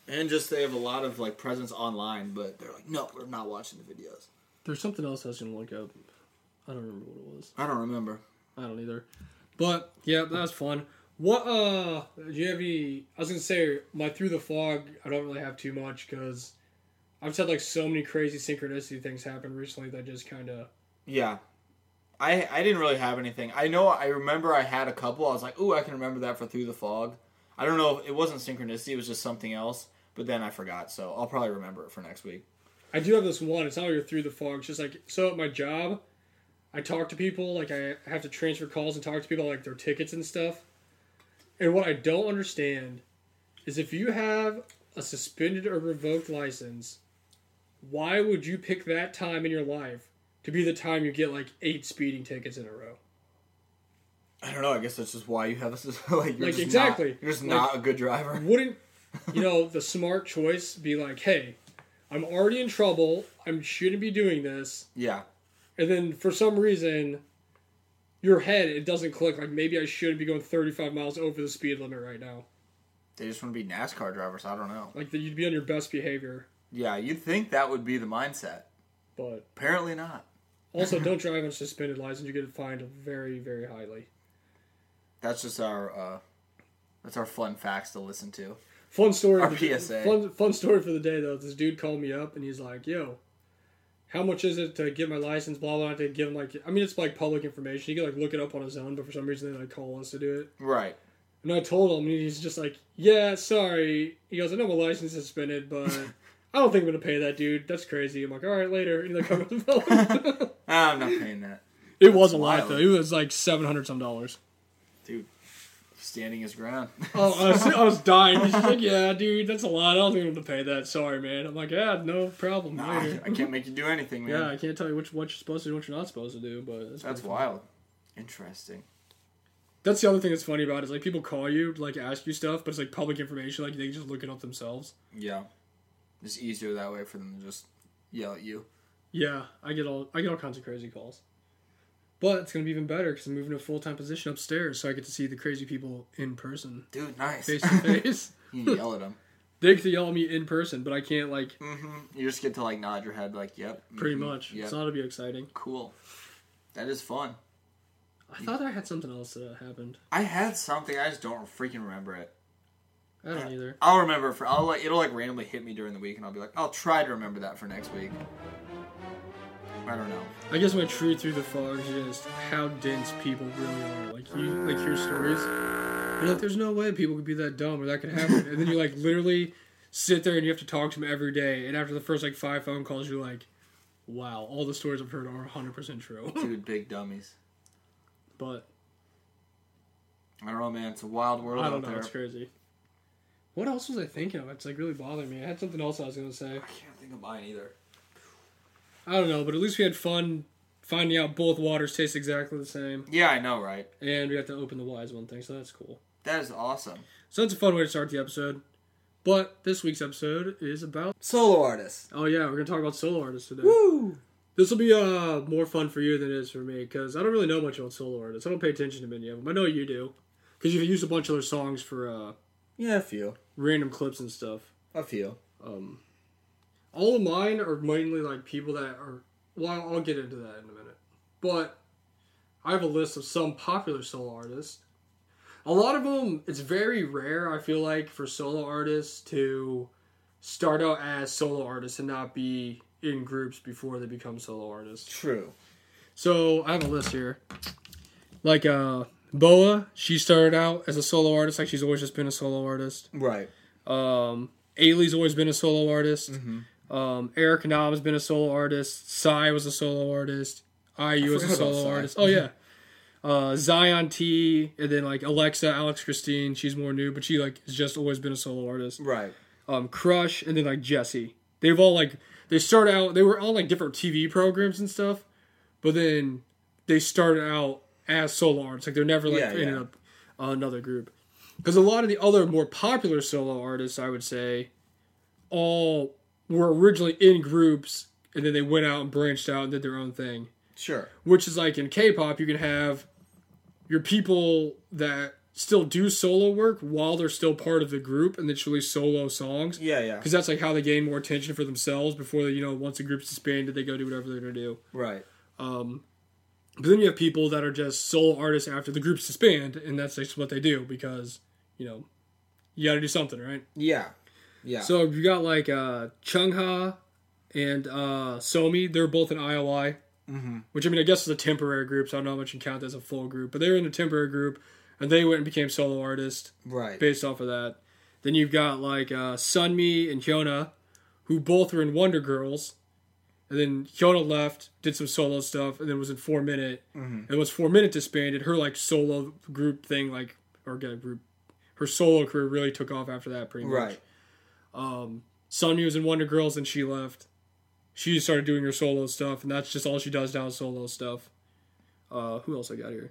and just they have a lot of like presence online, but they're like, no, we're not watching the videos.
There's something else I was gonna look up. I don't remember what it was.
I don't remember.
I don't either. But yeah, that was fun. What uh? Do you have any? I was gonna say my through the fog. I don't really have too much because I've just had like so many crazy synchronicity things happen recently that just kind of
Yeah. I, I didn't really have anything. I know I remember I had a couple. I was like, ooh, I can remember that for Through the Fog. I don't know. if It wasn't synchronicity. It was just something else. But then I forgot. So I'll probably remember it for next week.
I do have this one. It's not like you're through the fog. It's just like so at my job, I talk to people. Like I have to transfer calls and talk to people like their tickets and stuff. And what I don't understand is if you have a suspended or revoked license, why would you pick that time in your life to be the time you get like eight speeding tickets in a row?
I don't know. I guess that's just why you have us. *laughs* Like, you're
Like,
just
exactly.
Not, you're just
Like-
not a good driver. *laughs*
Wouldn't you know the smart choice be like, hey, I'm already in trouble. I shouldn't be doing this.
Yeah.
and then for some reason your head it doesn't click like maybe i should be going 35 miles over the speed limit right now
They just want to be NASCAR drivers. I don't know.
like that you'd be on your best behavior
Yeah, you'd think that would be the mindset.
but
Apparently not.
also don't drive on suspended license you get fined very very highly
That's just our uh that's our fun facts to listen to.
fun story
Our
of the-
PSA.
Fun, fun story for the day though this dude called me up and he's like yo how much is it to get my license blah blah, blah to give him like i mean it's like public information you can like look it up on his own but for some reason they like call us to do it
Right.
*laughs* And I told him, and he's just like, "Yeah, sorry." He goes, "I know my license is suspended, but I don't think I'm gonna pay that dude. That's crazy. I'm like, all right, later. And he like, covered the *laughs* bill.
Ah, I'm not paying that.
It was a lot
wild.
though. It was like seven hundred some dollars.
Dude, standing his ground. *laughs*
oh, I was, I was dying. He's just like, yeah, dude, that's a lot. I don't think I'm gonna pay that. Sorry, man. I'm like, yeah, no problem.
Nah, I
later.
I can't make you do anything, man.
Yeah, I can't tell you which what you're supposed to do, what you're not supposed to do, but that's,
That's
pretty-
wild. Interesting.
that's the other thing that's funny about it is like people call you, like ask you stuff, but it's like public information, like they can just look it up themselves.
Yeah. It's easier that way for them to just yell at you.
Yeah, I get all I get all kinds of crazy calls, but it's gonna be even better because I'm moving to a full time position upstairs, so I get to see the crazy people in person,
Dude, nice. *laughs*
face to face.
you can yell at them.
They get to yell at me in person, but I can't like
hmm You just get to like nod your head, like, yep.
pretty
mhm,
much.
Yep.
It's not to be exciting.
cool. That is fun.
I thought I had something else that happened.
I had something, I just don't freaking remember it.
I don't either.
I'll remember for I'll like it'll like randomly hit me during the week, and I'll be like, I'll try to remember that for next week. I don't
*laughs*
know.
I guess my truth through the fog is just how dense people really are. Like you like hear stories. You're like, there's no way people could be that dumb or that could happen. and then you like literally sit there and you have to talk to them every day. And after the first like five phone calls, you're like, wow, all the stories I've heard are 100 percent true. *laughs*
Dude, big dummies.
but
I don't know, man. It's a wild world
I don't
out
know,
there.
it's crazy. What else was I thinking of? It's like really bothering me. I had something else I was gonna say.
I can't think of mine either.
I don't know, but at least we had fun finding out both waters taste exactly the same,
Yeah, I know, right?
and we got to open the wise one thing, so that's cool.
That is awesome.
So that's a fun way to start the episode. But this week's episode is about
Solo artist.
oh yeah, we're gonna talk about solo artists today.
Woo!
This will be uh more fun for you than it is for me because I don't really know much about solo artists. I don't pay attention to many of them. I know you do because you've used a bunch of their songs for uh
Yeah, a few.
random clips and stuff.
A few.
Um, all of mine are mainly like people that are. Well, I'll- I'll get into that in a minute. But I have a list of some popular solo artists. A lot of them, it's very rare, I feel like, for solo artists to start out as solo artists and not be in groups before they become solo artists.
True.
So I have a list here. Like, uh, Boa, she started out as a solo artist, like she's always just been a solo artist.
Right.
Um, Ailey's always been a solo artist.
Mm-hmm.
Um, Eric Knob has been a solo artist. Psy was a solo artist. IU was
forgot
a
about
solo
Psy.
artist. Oh yeah. Uh, Zion T, and then like Alexa, Alex Christine. She's more new, but she like has just always been a solo artist.
Right.
Um, Crush, and then like Jesse. They've all like they started out. They were on like different TV programs and stuff, but then they started out as solo artists. Like they're never like
Yeah,
ended
yeah.
up on another group. Because a lot of the other more popular solo artists, I would say, all were originally in groups and then they went out and branched out and did their own thing.
Sure.
Which is like in K-pop, you can have your people that still do solo work while they're still part of the group and they just release solo songs
Yeah, yeah.
because that's like how they gain more attention for themselves before they, you know once the group's disbanded they go do whatever they're gonna do
Right.
um, but then you have people that are just solo artists after the groups disband, and that's just what they do because you know you got to do something, right?
Yeah. Yeah.
So you got like uh, Chung Ha and uh, Somi; they're both in IOI,
Mhm.
which I mean, I guess is a temporary group, so I don't know how much you can count that as a full group. But they were in a temporary group, and they went and became solo artists
right.
based off of that. Then you've got like uh, Sunmi and Hyuna, who both were in Wonder Girls, and then Hyuna left, did some solo stuff, and then was in Four Minute.
Mm-hmm.
And once Four Minute disbanded, her like solo group thing, like or yeah, group, her solo career really took off after that, pretty much.
Right.
Um, Sunmi was in Wonder Girls, and she left. She started doing her solo stuff, and that's just all she does now is solo stuff. Uh, who else I got here?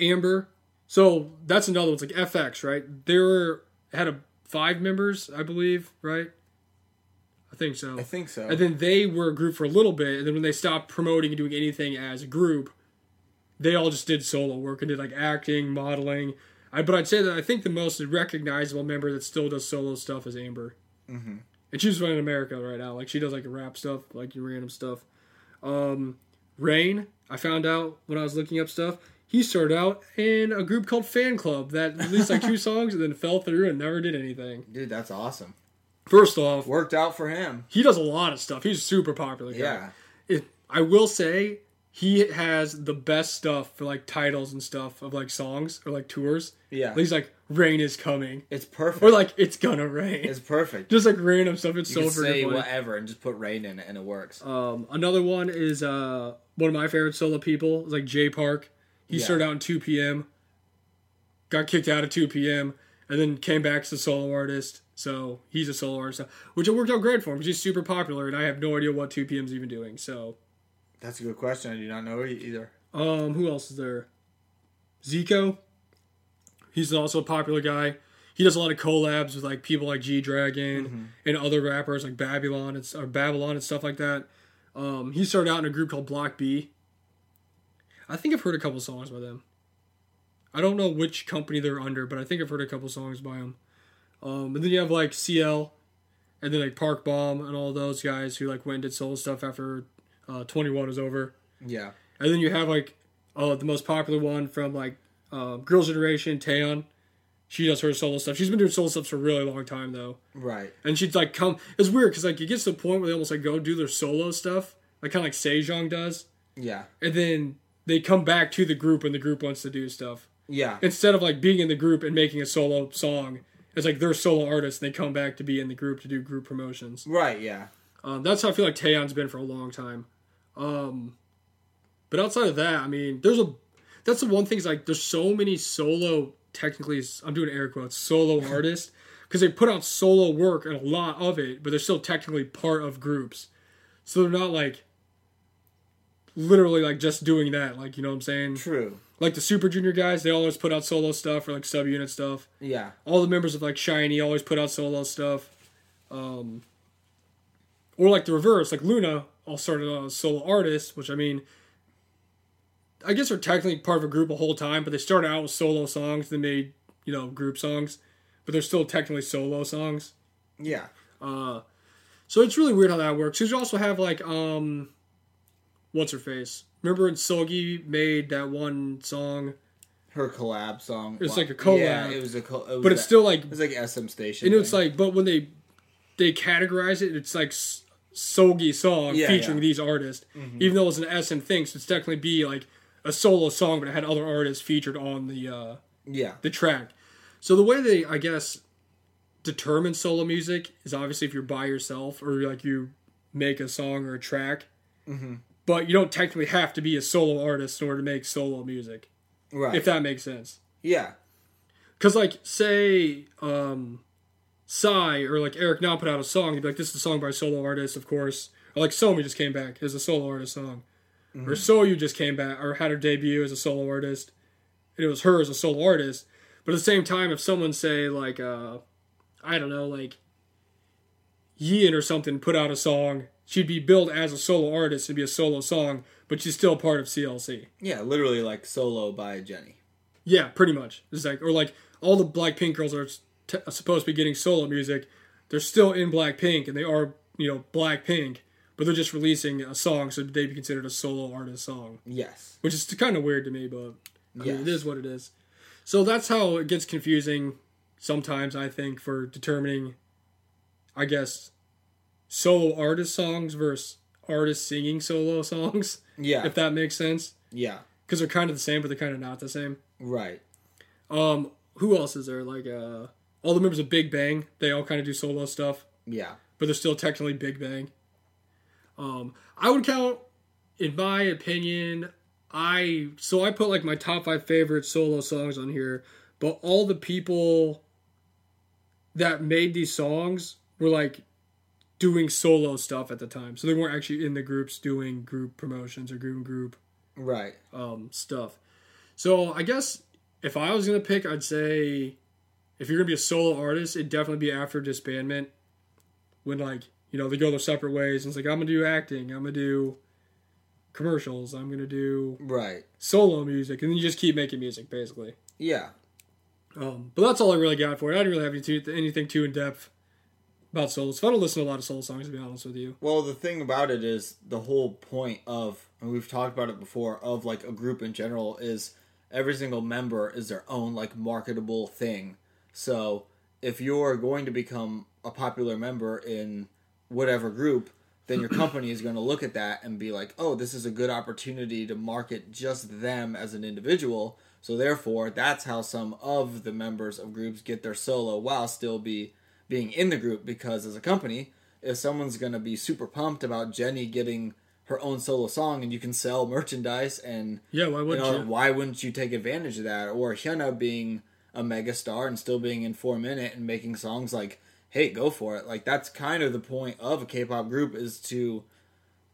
Amber. So that's another one. It's like FX, right? There were had a five members, I believe, right? I think so.
I think so.
And then they were a group for a little bit, and then when they stopped promoting and doing anything as a group, they all just did solo work and did like acting, modeling. I, but I'd say that I think the most recognizable member that still does solo stuff is Amber,
Mhm.
and she's running America right now. Like she does like rap stuff, like random stuff. Um, Rain, I found out when I was looking up stuff. He started out in a group called Fan Club that released like two songs and then fell through and never did anything.
Dude, that's awesome.
First off,
Worked out for him.
he does a lot of stuff. He's a super popular. Guy.
Yeah.
it, I will say he has the best stuff for like titles and stuff of like songs or like tours.
Yeah.
Like, he's like rain is coming
It's perfect.
or like it's gonna rain.
it's perfect.
*laughs* Just like random stuff. It's
You
so
can
freaking
say
funny.
whatever and just put rain in it and it works.
Um, another one is uh, one of my favorite solo people is like Jay Park. He
Yeah.
started out in 2 p.m., got kicked out at 2 p.m., and then came back as a solo artist. So he's a solo artist, now, which it worked out great for him because he's super popular, and I have no idea what 2 p.m. is even doing. So,
That's a good question. I do not know e- either.
um, who else is there? Zico. He's also a popular guy. He does a lot of collabs with like people like G Dragon and other rappers like Babylon and s- or Babylon and stuff like that. Um, he started out in a group called Block B. I think I've heard a couple songs by them. I don't know which company they're under, but I think I've heard a couple songs by them. Um, and then you have like CL, and then like Park Bomb and all those guys who like went and did solo stuff after uh, Twenty One was over.
Yeah.
And then you have like uh, the most popular one from like uh, Girls Generation, Taeyeon. She does her solo stuff. She's been doing solo stuff for a really long time though,
Right.
and she's like come. It's weird because like it gets to the point where they almost like go do their solo stuff, like kind of like Sejong does,
Yeah.
and then they come back to the group when the group wants to do stuff
Yeah.
instead of like being in the group and making a solo song. It's like they're solo artists and they come back to be in the group to do group promotions.
Right. Yeah.
Um, that's how I feel like Taeyeon's been for a long time. Um, but outside of that, I mean, there's a that's the one thing is like there's so many solo technically I'm doing air quotes solo artists because they put out solo work and a lot of it, but they're still technically part of groups, so they're not like literally like just doing that. Like you know what I'm saying?
True.
Like the Super Junior guys, they always put out solo stuff or like subunit stuff
Yeah.
all the members of like Shiny always put out solo stuff. Um, or like the reverse, like Luna all started out as solo artists, which I mean, I guess they're technically part of a group the whole time, but they started out with solo songs, then made you know group songs, but they're still technically solo songs.
Yeah.
Uh, so it's really weird how that works. 'Cause You also have like um, what's her face? Remember when Sogi made that one song,
Her collab song.
It's like a
Yeah.
collab.
It was a. Co- it was
but it's
a-
still like
It was like SM station.
and it's
thing.
like but when they they categorize it it's like s- sogi song
Yeah, Mm-hmm.
featuring
yeah.
these artists even though it's an sm thing so it's technically be like a solo song but it had other artists featured on the uh
yeah.
the track so the way they i guess determine solo music is obviously if you're by yourself or like you make a song or a track
Mm-hmm.
but you don't technically have to be a solo artist in order to make solo music
Right.
if that makes sense
yeah.
Cause like say um Psy or like Eric Nam put out a song, you'd be like, This is a song by a solo artist, of course. Or like Somi just came back as a solo artist song. Or Soyu just came back or had her debut as a solo artist. And it was her as a solo artist. But at the same time, if someone say like uh I don't know, like Yin or something put out a song, she'd be billed as a solo artist and be a solo song, but she's still part of CLC.
Yeah. Literally like solo by Jenny.
Yeah, pretty much. It's like or like all the Blackpink girls are t- supposed to be getting solo music. They're still in Blackpink and they are you know Blackpink, but they're just releasing a song so they'd be considered a solo artist song,
Yes.
which is kind of weird to me, but I mean,
Yes.
it is what it is. So that's how it gets confusing sometimes. I think for determining, I guess, solo artist songs versus artists singing solo *laughs* songs,
Yeah.
if that makes sense,
Yeah.
because they're kind of the same, but they're kind of not the same.
Right.
Um, who else is there? Like uh, all the members of Big Bang, they all kind of do solo stuff,
Yeah.
but they're still technically Big Bang. Um, I would count, in my opinion, I so I put like my top five favorite solo songs on here, but all the people that made these songs were like doing solo stuff at the time, so they weren't actually in the groups doing group promotions or group group
Right.
um, stuff. So I guess if I was gonna pick, I'd say if you're gonna be a solo artist, it'd definitely be after disbandment, when like you know they go their separate ways. And it's like I'm gonna do acting, I'm gonna do commercials, I'm gonna do
Right.
solo music, and then you just keep making music basically.
Yeah.
Um, but that's all I really got for it. I didn't really have any too, anything too in depth about solos. I don't listen to a lot of solo songs to be honest with you.
Well, the thing about it is the whole point of, and we've talked about it before, of like a group in general is every single member is their own like marketable thing. So if you're going to become a popular member in whatever group, then your *clears throat* company is going to look at that and be like, oh, this is a good opportunity to market just them as an individual. So therefore, that's how some of the members of groups get their solo while still be being in the group because as a company, if someone's going to be super pumped about Jenny getting her own solo song and you can sell merchandise and
Yeah, why
you
wouldn't
know,
you?
why wouldn't you take advantage of that? Or Hyuna being a mega star and still being in four minute and making songs like, hey, go for it. Like that's kind of the point of a K-pop group is to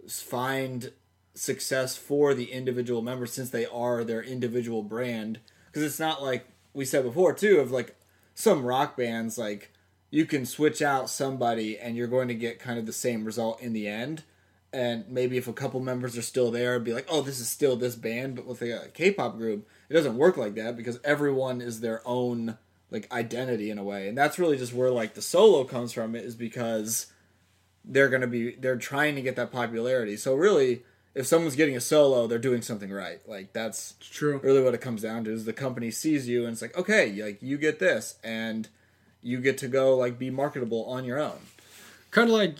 s- find success for the individual members since they are their individual brand. Because it's not like we said before too of like some rock bands like you can switch out somebody and you're going to get kind of the same result in the end and maybe if a couple members are still there, it'd be like, oh, this is still this band. But with a K-pop group, it doesn't work like that because everyone is their own like identity in a way, and that's really just where like the solo comes from. It is because they're gonna be they're trying to get that popularity. So really, if someone's getting a solo, they're doing something right. Like that's
It's true.
really what it comes down to is the company sees you and it's like, okay, like you get this, and you get to go like be marketable on your own.
Kind of like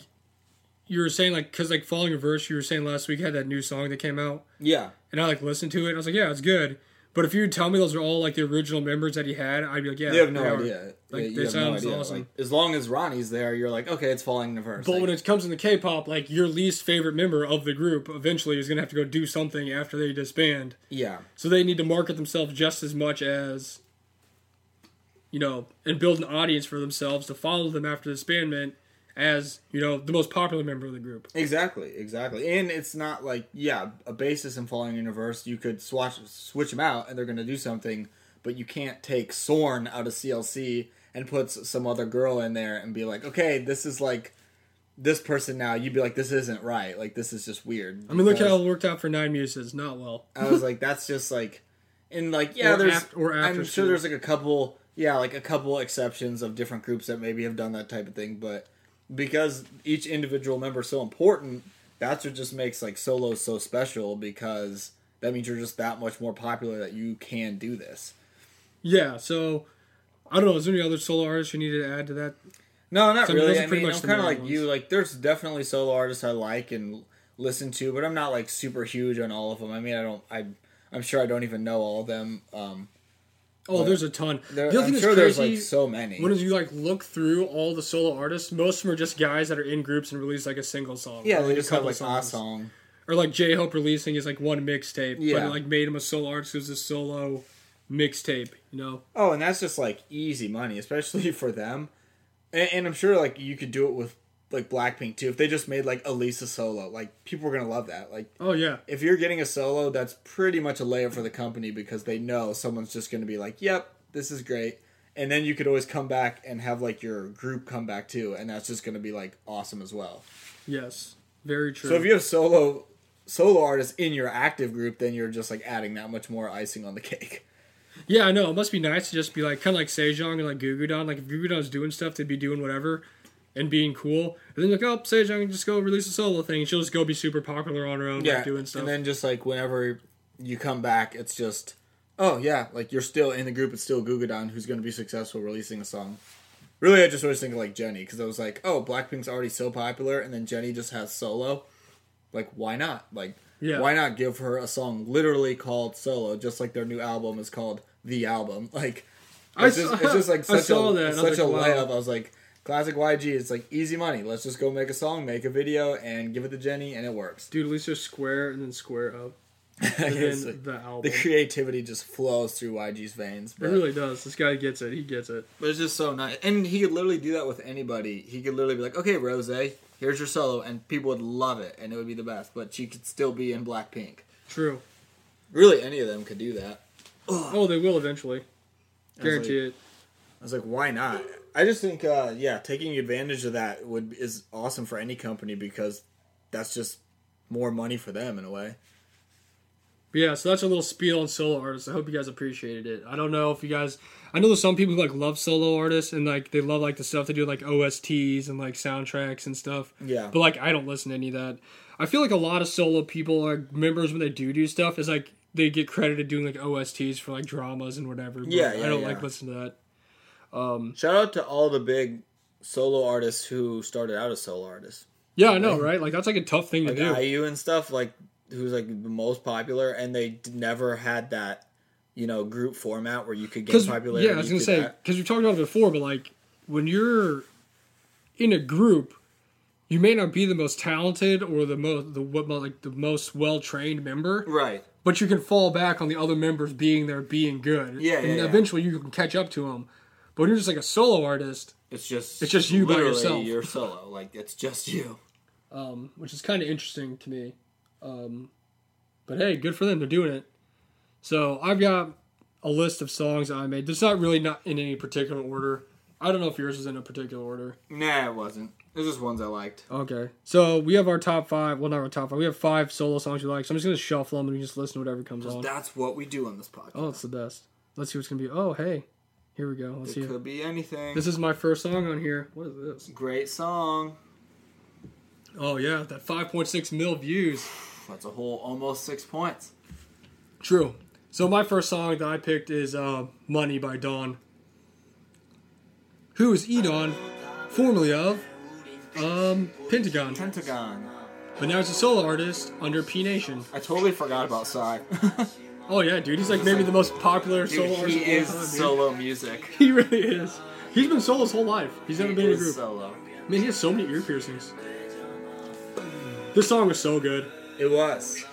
you were saying, like because like following a verse, you were saying last week had that new song that came out,
Yeah,
and I like listened to it. and I was like, yeah, it's good. But if you tell me those are all like the original members that he had, I'd be like, yeah,
You have no
they are.
idea.
Like,
Yeah,
they
you have no
sound
idea.
awesome.
Like, as long as Ronnie's there, you're like, okay, it's falling in the verse.
But
Like,
when it comes into K-pop, like your least favorite member of the group eventually is gonna have to go do something after they disband.
yeah,
So they need to market themselves just as much as, you know, and build an audience for themselves to follow them after disbandment as, you know, the most popular member of the group.
exactly, exactly. And it's not like, yeah, a basis in falling in the verse, you could swatch, switch them out and they're going to do something, but you can't take Sorn out of CLC and put s- some other girl in there and be like, okay, this is like this person now. You'd be like, this isn't right. Like, this is just weird.
I mean, look
Because-
how it worked out for Nine Muses. Not well.
I was like, that's just like, and like, yeah,
Or
there's,
aft- or after
I'm
school.
sure there's like a couple, yeah, like a couple exceptions of different groups that maybe have done that type of thing, but because each individual member is so important, that's what just makes like solos so special because that means you're just that much more popular that you can do this.
Yeah. So I don't know. Is there any other solo artists you needed to add to that?
No, not
So, I mean,
really.
those are
I
pretty
mean,
much
I'm
the
kind of
main
like you.
ones.
Like, there's definitely solo artists I like and listen to, but I'm not like super huge on all of them. I mean, I don't. I, I'm sure I don't even know all of them. Um,
Oh, there's a ton.
there,
the other
I'm
thing
sure there's
that's crazy
like so many.
when you like look through all the solo artists, most of them are just guys that are in groups and release like a single song.
Yeah,
or,
they
like, a
just have
couple
like a
songs.
song.
or like J Hope releasing is like one mixtape, but
Yeah.
it like made him a solo artist because a solo mixtape, you know.
Oh, and that's just like easy money, especially *laughs* for them. And, and I'm sure like you could do it with like Blackpink too. If they just made like Elisa solo, like people are gonna love that. Like
Oh yeah,
if you're getting a solo, that's pretty much a layup for the company because they know someone's just gonna be like, "Yep, this is great." And then you could always come back and have like your group come back too, and that's just gonna be like awesome as well.
yes, very true.
So if you have solo solo artists in your active group, then you're just like adding that much more icing on the cake.
yeah, I know it must be nice to just be like kind of like Sejong and like Gugudon. Like if Gugudon's doing stuff, they'd be doing whatever and being cool. And then like oh Sejong can just go release a solo thing. and She'll just go be super popular on her own, like doing stuff.
And then just like whenever you come back, it's just, oh yeah, like you're still in the group. It's still Gugadon who's going to be successful releasing a song. Really, I just always think of like Jenny because I was like, oh, Blackpink's already so popular, and then Jenny just has solo. Like, why not? Like,
Yeah.
why not give her a song literally called solo, just like their new album is called the album. *laughs* Like,
I
it's, just,
saw-
it's just like
*laughs* I
such
saw
a
that, and I was
such a
like, wow.
layup. I was like, classic YG. It's like easy money. Let's just go make a song, make a video, and give it to Jenny, and it works.
Dude, at least there's square and then
*laughs*
square up,
I
and
guess,
then
like,
the album.
the creativity just flows through YG's veins.
it
But,
really does. This guy gets it. He gets it.
but it's just so nice. And he could literally do that with anybody. He could literally be like, okay, Rose, here's your solo. And people would love it and it would be the best. But she could still be in Blackpink.
True.
Really, any of them could do that.
Oh, they will eventually.
I was
Guarantee
like-
it.
I was like, why not? I just think, uh, yeah, taking advantage of that would is awesome for any company because that's just more money for them in a way.
But yeah, so that's a little spiel on solo artists. I hope you guys appreciated it. I don't know if you guys. I know there's some people who like love solo artists and like they love like the stuff they do like OSTs and like soundtracks and stuff.
Yeah.
But like I don't listen to any of that. I feel like a lot of solo people or members when they do do stuff is like they get credited doing like OSTs for like dramas and whatever. but
Yeah, yeah,
I don't
yeah.
like listen to that.
Shout out to all the big solo artists who started out as solo artists.
Yeah, I know, right? Like that's like a tough thing to
like
do.
IU and stuff, like who's like the most popular, and they d- never had that you know, group format where you could gain
Because
popularity.
yeah, I was gonna
through
say
that.
because we've talked about it before, but like when you're in a group, you may not be the most talented or the most the what like the most well trained member,
Right.
but you can fall back on the other members being there, being good.
Yeah,
and
yeah, yeah.
eventually you can catch up to them. But when you're just like a solo artist,
It's just
It's just you by
literally
yourself.
You're solo. Like it's just you.
um, which is kind of interesting to me. Um, but hey, good for them. They're doing it. So I've got a list of songs I made. There's not really not in any particular order. I don't know if yours is in a particular order.
Nah, it wasn't. It was just ones I liked.
Okay. So we have our top five. Well, not our top five. We have five solo songs we like. So I'm just gonna shuffle them and we just listen to whatever comes on.
That's what we do on this podcast.
Oh, it's the best. Let's see what's gonna be. Oh, hey, here we go. Let's
it
see.
could be anything.
This is my first song on here. What is this?
great song.
Oh yeah, that 5.6 mil views.
That's a whole almost six points.
True. So my first song that I picked is uh, "Money" by Dawn. Who is Edon, formerly of um, Pentagon,
Pentagon.
but now he's a solo artist under P Nation.
I totally forgot about Psy. *laughs*
Oh yeah, dude, he's like maybe the most popular
Dude,
solo artist
he
of
is
all time. dude. *laughs*
solo music.
He really is. He's been solo his whole life. He's never
He
been in a
is
group.
solo.
Man, he has so many ear piercings. This song was so good.
It was.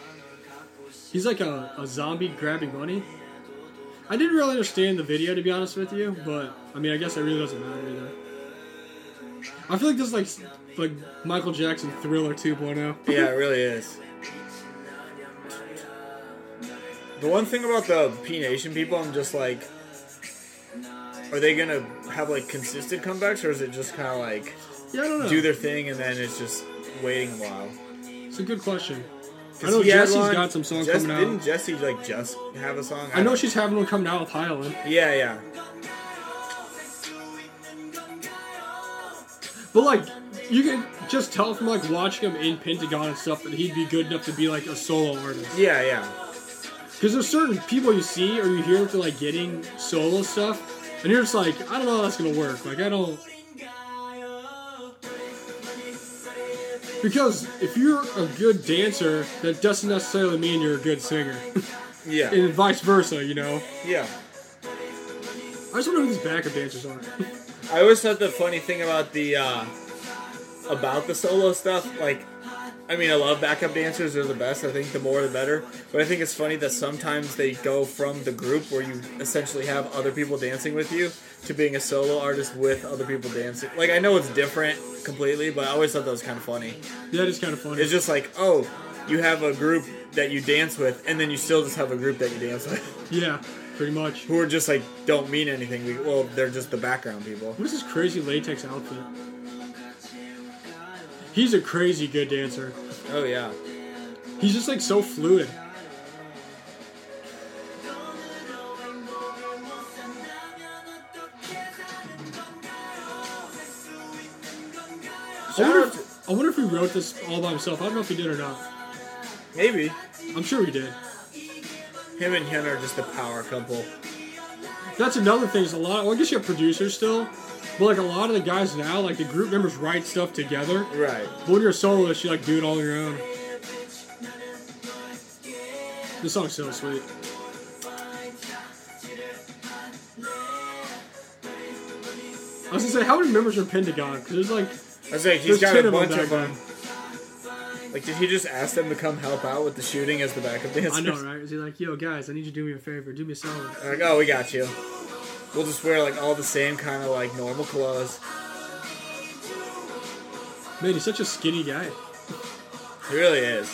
He's like a, a zombie grabbing money. I didn't really understand the video to be honest with you, but I mean, I guess it really doesn't matter either. I feel like this is like s- like Michael Jackson Thriller oh. 2.0.
Yeah, it really is. The one thing about the P Nation people, I'm just like, are they gonna have like consistent comebacks, or is it just kind of like
Yeah, I don't know.
do their thing and then it's just waiting a while?
it's a good question. I
'Cause
know
he had
Jesse's
one-
got some songs
Jess-
coming out.
Didn't Jesse like just have a song?
I know she's having one coming out with Highland.
Yeah, yeah.
But like, you can just tell from like watching him in Pentagon and stuff that he'd be good enough to be like a solo artist.
Yeah, yeah.
Because there's certain people you see or you hear to like getting solo stuff, and you're just like, I don't know how that's gonna work. Like I don't. Because if you're a good dancer, that doesn't necessarily mean you're a good singer, *laughs*
Yeah.
and vice versa. You know.
Yeah.
I just wonder who these backup dancers are. *laughs*
I always thought the funny thing about the uh, about the solo stuff, like, I mean, I love backup dancers; they're the best. I think the more the better. But I think it's funny that sometimes they go from the group where you essentially have other people dancing with you to being a solo artist with other people dancing. Like, I know it's different completely, but I always thought that was kind of funny.
that is kind of funny.
It's just like, oh, you have a group that you dance with, and then you still just have a group that you dance with, *laughs*
yeah, pretty much.
who are just like don't mean anything. We- Well, they're just the background people.
What is this crazy latex outfit? He's a crazy good dancer.
Oh yeah.
He's just like so fluid. I wonder,
Shout out to-
if, I wonder if he wrote this all by himself. I don't know if he did or not.
Maybe.
I'm sure he did.
Him and Hyun are just a power couple.
That's another thing. Is a lot. Well, I guess you have producers still, but like a lot of the guys now, like the group members write stuff together.
Right.
But when you're a soloist, you like do it all on your own. This song's so sweet. I was gonna say, how many members are in Pentagon? Because there's like
I was like,
there's
he's got
ten
a
of them.
bunch
Back
of
then.
them. Like, did he just ask them to come help out with the shooting as the backup dancers?
I know, right? Is he like, yo, guys, I need you to do me a favor, do me a solid.
*laughs* Like, oh, we got you. We'll just wear like all the same kind of like normal clothes.
Man, he's such a skinny guy.
He really is.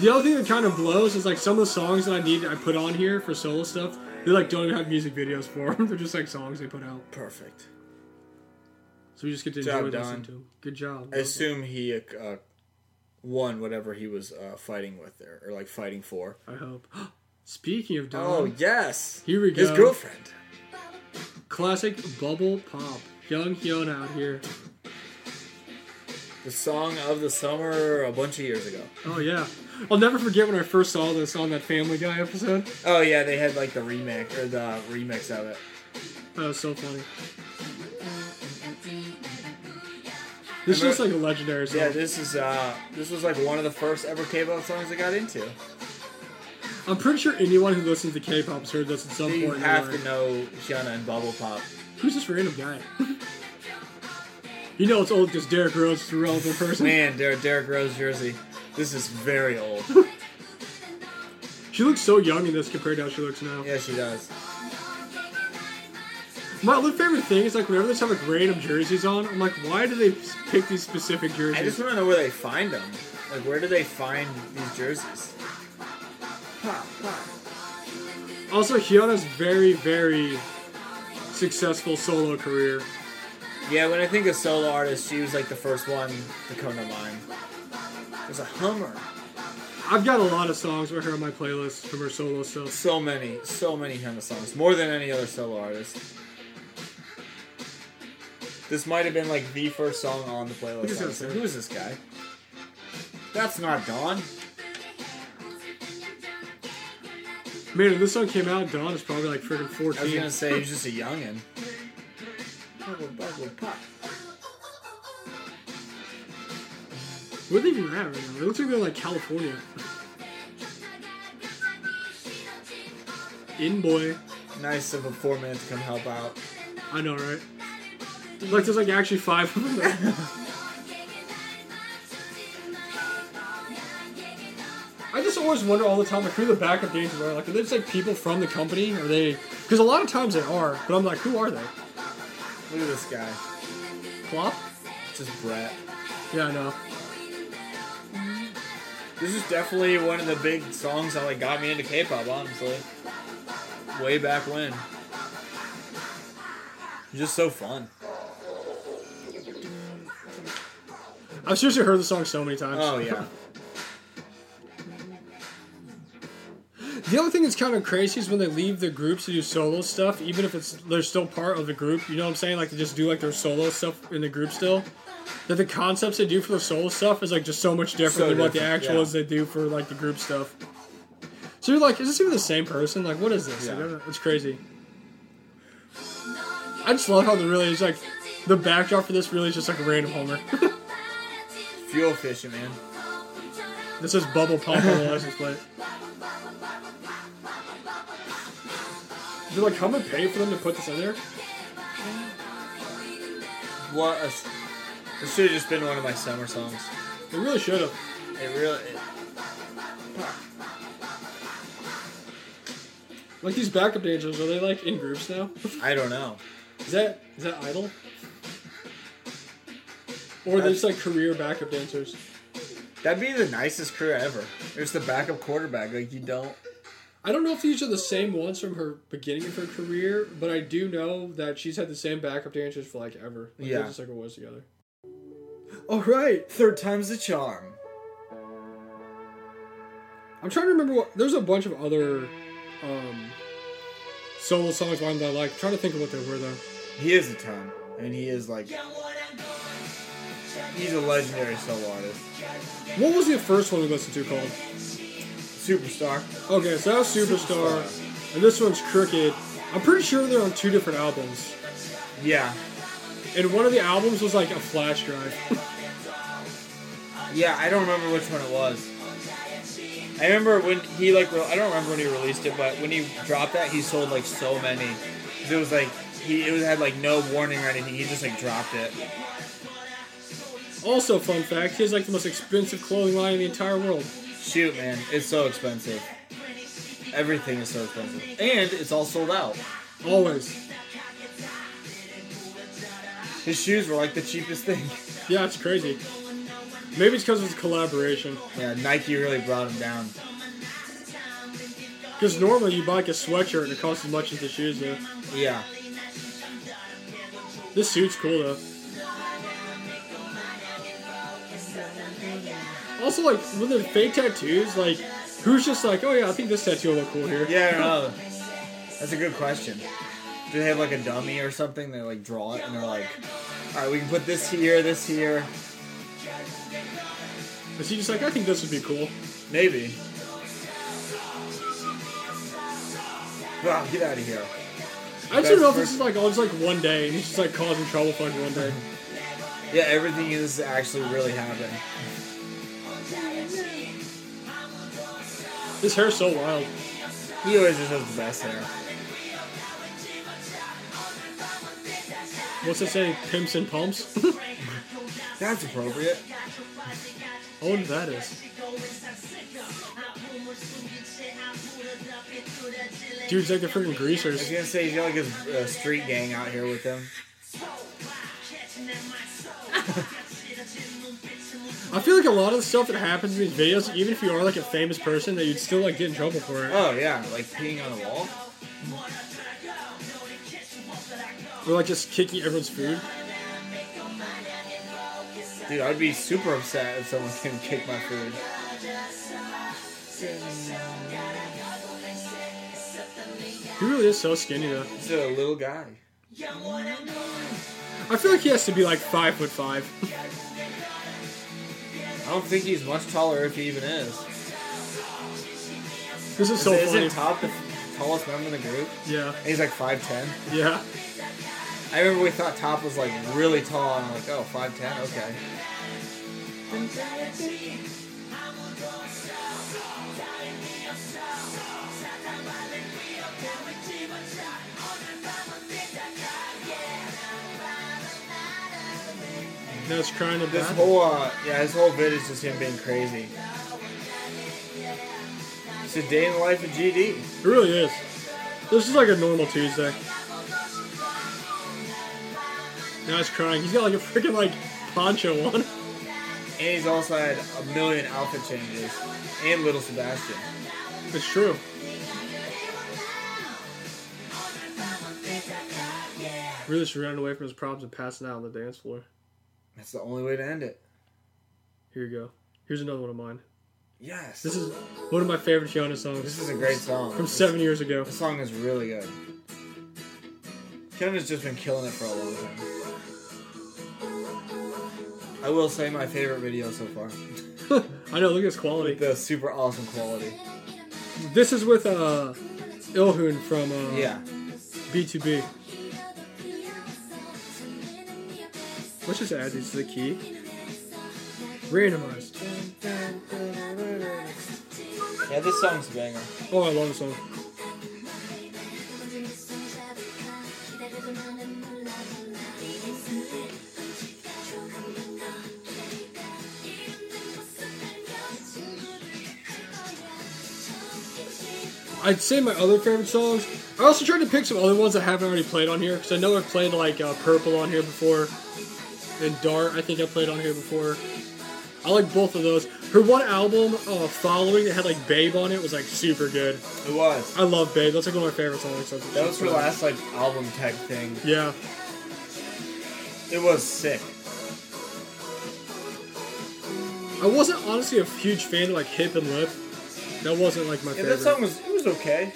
The other thing that kind of blows is like some of the songs that I need, I put on here for solo stuff. They like don't even have music videos for them. *laughs* They're just like songs they put out.
Perfect.
So we just get to
Job
enjoy listening
done.
to them. Good job.
I assume he uh, won whatever he was uh, fighting with there, or like fighting for.
I hope. *gasps* Speaking of
Oh
Don,
yes.
Uh-huh. Here we
His
go.
girlfriend.
classic bubble pop. Young Hyun out here.
The song of the summer a bunch of years ago.
Oh yeah, I'll never forget when I first saw this on that Family Guy episode.
Oh yeah, they had like the remix or the remix of it.
That was so funny. This is just like a legendary song.
Yeah, this is uh, this was like one of the first ever K-pop songs I got into.
I'm pretty sure anyone who listens to K-pop has heard this at some
You
point. in their
have
life.
to know Shanna and Bubble Pop.
Who's this random guy? you know it's old because Derek Rose is a relevant person.
Man, Der- Derek Rose jersey. This is very old.
She looks so young in this compared to how she looks now.
yeah, she does.
My other favorite thing is like whenever they have like random jerseys on, I'm like, why do they pick these specific jerseys?
I just want to know where they find them. Like, where do they find these jerseys? Pop, pop.
Also, Hyuna's very, very successful solo career.
Yeah, when I think of solo artists, she was like the first one to come to mind. There's a Hummer.
I've got a lot of songs by her on my playlist from her solo stuff.
So many, so many Hummer songs, more than any other solo artist. This might have been like the first song on the playlist.
Who's this
honestly.
guy?
Who is this guy? That's not Dawn.
Man, when this song came out, Dawn is probably like freaking
I was
14.
gonna say he's just a youngin.
Where are they even at right now? It looks like they're like California. In boy.
Nice of a four man to come help out.
I know, right? Like there's like actually five of them. *laughs* there. I just always wonder all the time, like who the backup dancers are. Like, are they just like people from the company? Are they? Because a lot of times they are, but I'm like, who are they?
Look at this guy.
Plop?
Just Brett.
Yeah, I know.
This is definitely one of the big songs that like got me into K-pop, honestly. Way back when. Just so fun.
I've seriously heard the song so many times.
Oh yeah.
The other thing that's kind of crazy is when they leave their groups to do solo stuff, even if it's they're still part of the group. You know what I'm saying? Like they just do like their solo stuff in the group still. That the concepts they do for the solo stuff is like just so much different
So
than what the
different,
actual
yeah.
is they do for like the group stuff. So you're like, is this even the same person? Like, what is this? Like, I
Yeah.
don't know. it's crazy. I just love how the really is like the backdrop for this really is just like a random Homer. *laughs*
Fuel fishing, man.
this is bubble pop on the license plate. They're like, how much pay for them to put this in there?
What a s this should have just been one of my summer songs.
They really should have.
It really it,
Like these backup dancers, are they like in groups now?
I don't know.
Is that is that idol? Or they're just like career backup dancers.
That'd be the nicest career ever. It's the backup quarterback. Like you don't
I don't know if these are the same ones from her beginning of her career, but I do know that she's had the same backup dancers for like ever. Like,
Yeah.
They're just like always together.
Alright, third time's the charm.
I'm trying to remember what there's a bunch of other um solo songs by them that I like. I'm trying to think of what they were though.
He is a ton. I mean he is like he's a legendary solo artist.
What was the first one we listened to called?
Superstar.
Okay, so that was Superstar, and this one's Crooked. I'm pretty sure they're on two different albums.
Yeah.
And one of the albums was like a flash drive.
Yeah, I don't remember which one it was. I remember when he like re- I don't remember when he released it, but when he dropped that, he sold like so many. 'Cause It was like he it was, had like no warning or anything. He just like dropped it.
Also, fun fact, he has like the most expensive clothing line in the entire world.
Shoot, man, it's so expensive. Everything is so expensive, and it's all sold out.
Always.
His shoes were like the cheapest thing. *laughs*
Yeah, it's crazy. Maybe it's because it's a collaboration.
Yeah, Nike really brought him down.
Because normally you buy like a sweatshirt and it costs as much as the shoes do.
Yeah,
This suit's cool though. Also, like with the fake tattoos, like who's just like, oh yeah, I think this tattoo will look cool here.
yeah, I don't know. That's a good question. Do they have like a dummy or something? They like draw it, and they're like, all right, we can put this here, this here.
Is he just like, I think this would be cool?
Maybe. Wow, get out of here.
I just don't know if
That's
this is like all just like one day, and he's just like causing trouble for like one day.
Yeah, everything is actually really happening.
His hair's so wild.
He always just has the best hair.
What's it say? Pimps
*laughs*
and pumps?
That's appropriate.
I wonder what that is. Dude's like the *laughs* freaking
I was
greasers.
gonna say he's got like his uh, street gang out here with him.
I feel like a lot of the stuff that happens in these videos, even if you are like a famous person, that you'd still like get in trouble for it.
Oh yeah, like peeing on the wall.
Or like just kicking everyone's food.
Dude, I'd be super upset if someone came and kick my food.
He really is so skinny though.
He's a little guy.
I feel like he has to be like five foot five. *laughs*
I don't think he's much taller if he even is.
This is so
is
funny.
it Top the tallest member in the group?
Yeah,
And he's like 5'10.
yeah.
I remember we thought Top was like really tall, and I'm like, oh, 5'10, okay.
Now it's crying a
This
bit.
whole, uh, yeah, his whole bit is just him being crazy. It's a day in the life of GD.
It really is. This is like a normal Tuesday. Now he's crying. He's got like a freaking like poncho on.
And he's also had a million outfit changes. And Little Sebastian.
It's true. Really should run away from his problems and passing out on the dance floor.
That's the only way to end it.
Here you go. Here's another one of mine.
Yes.
This is one of my favorite Fiona
this
songs
is a great song.
from seven years ago. *laughs*
This song is really good. Kevin's just been killing it for a long time. I will say my favorite video so far.
I know. Look at this quality.
The super awesome quality.
This is with uh, Ilhun from uh,
Yeah.
B2B. Let's just add these to the key. Randomized.
Yeah, this song's a banger.
Oh, I love this song. I'd say my other favorite songs. I also tried to pick some other ones that haven't already played on here because I know I've played like uh, Purple on here before, and Dart. I think I played on here before. I like both of those. Her one album, uh, Following, that had like Babe on it was like super good.
It was.
I love Babe. That's like one of my favorite songs. So
That was her last like album tech thing.
Yeah,
It was sick.
I wasn't honestly a huge fan of like Hip and Lip. That wasn't like my
Yeah,
favorite.
that song was it was okay.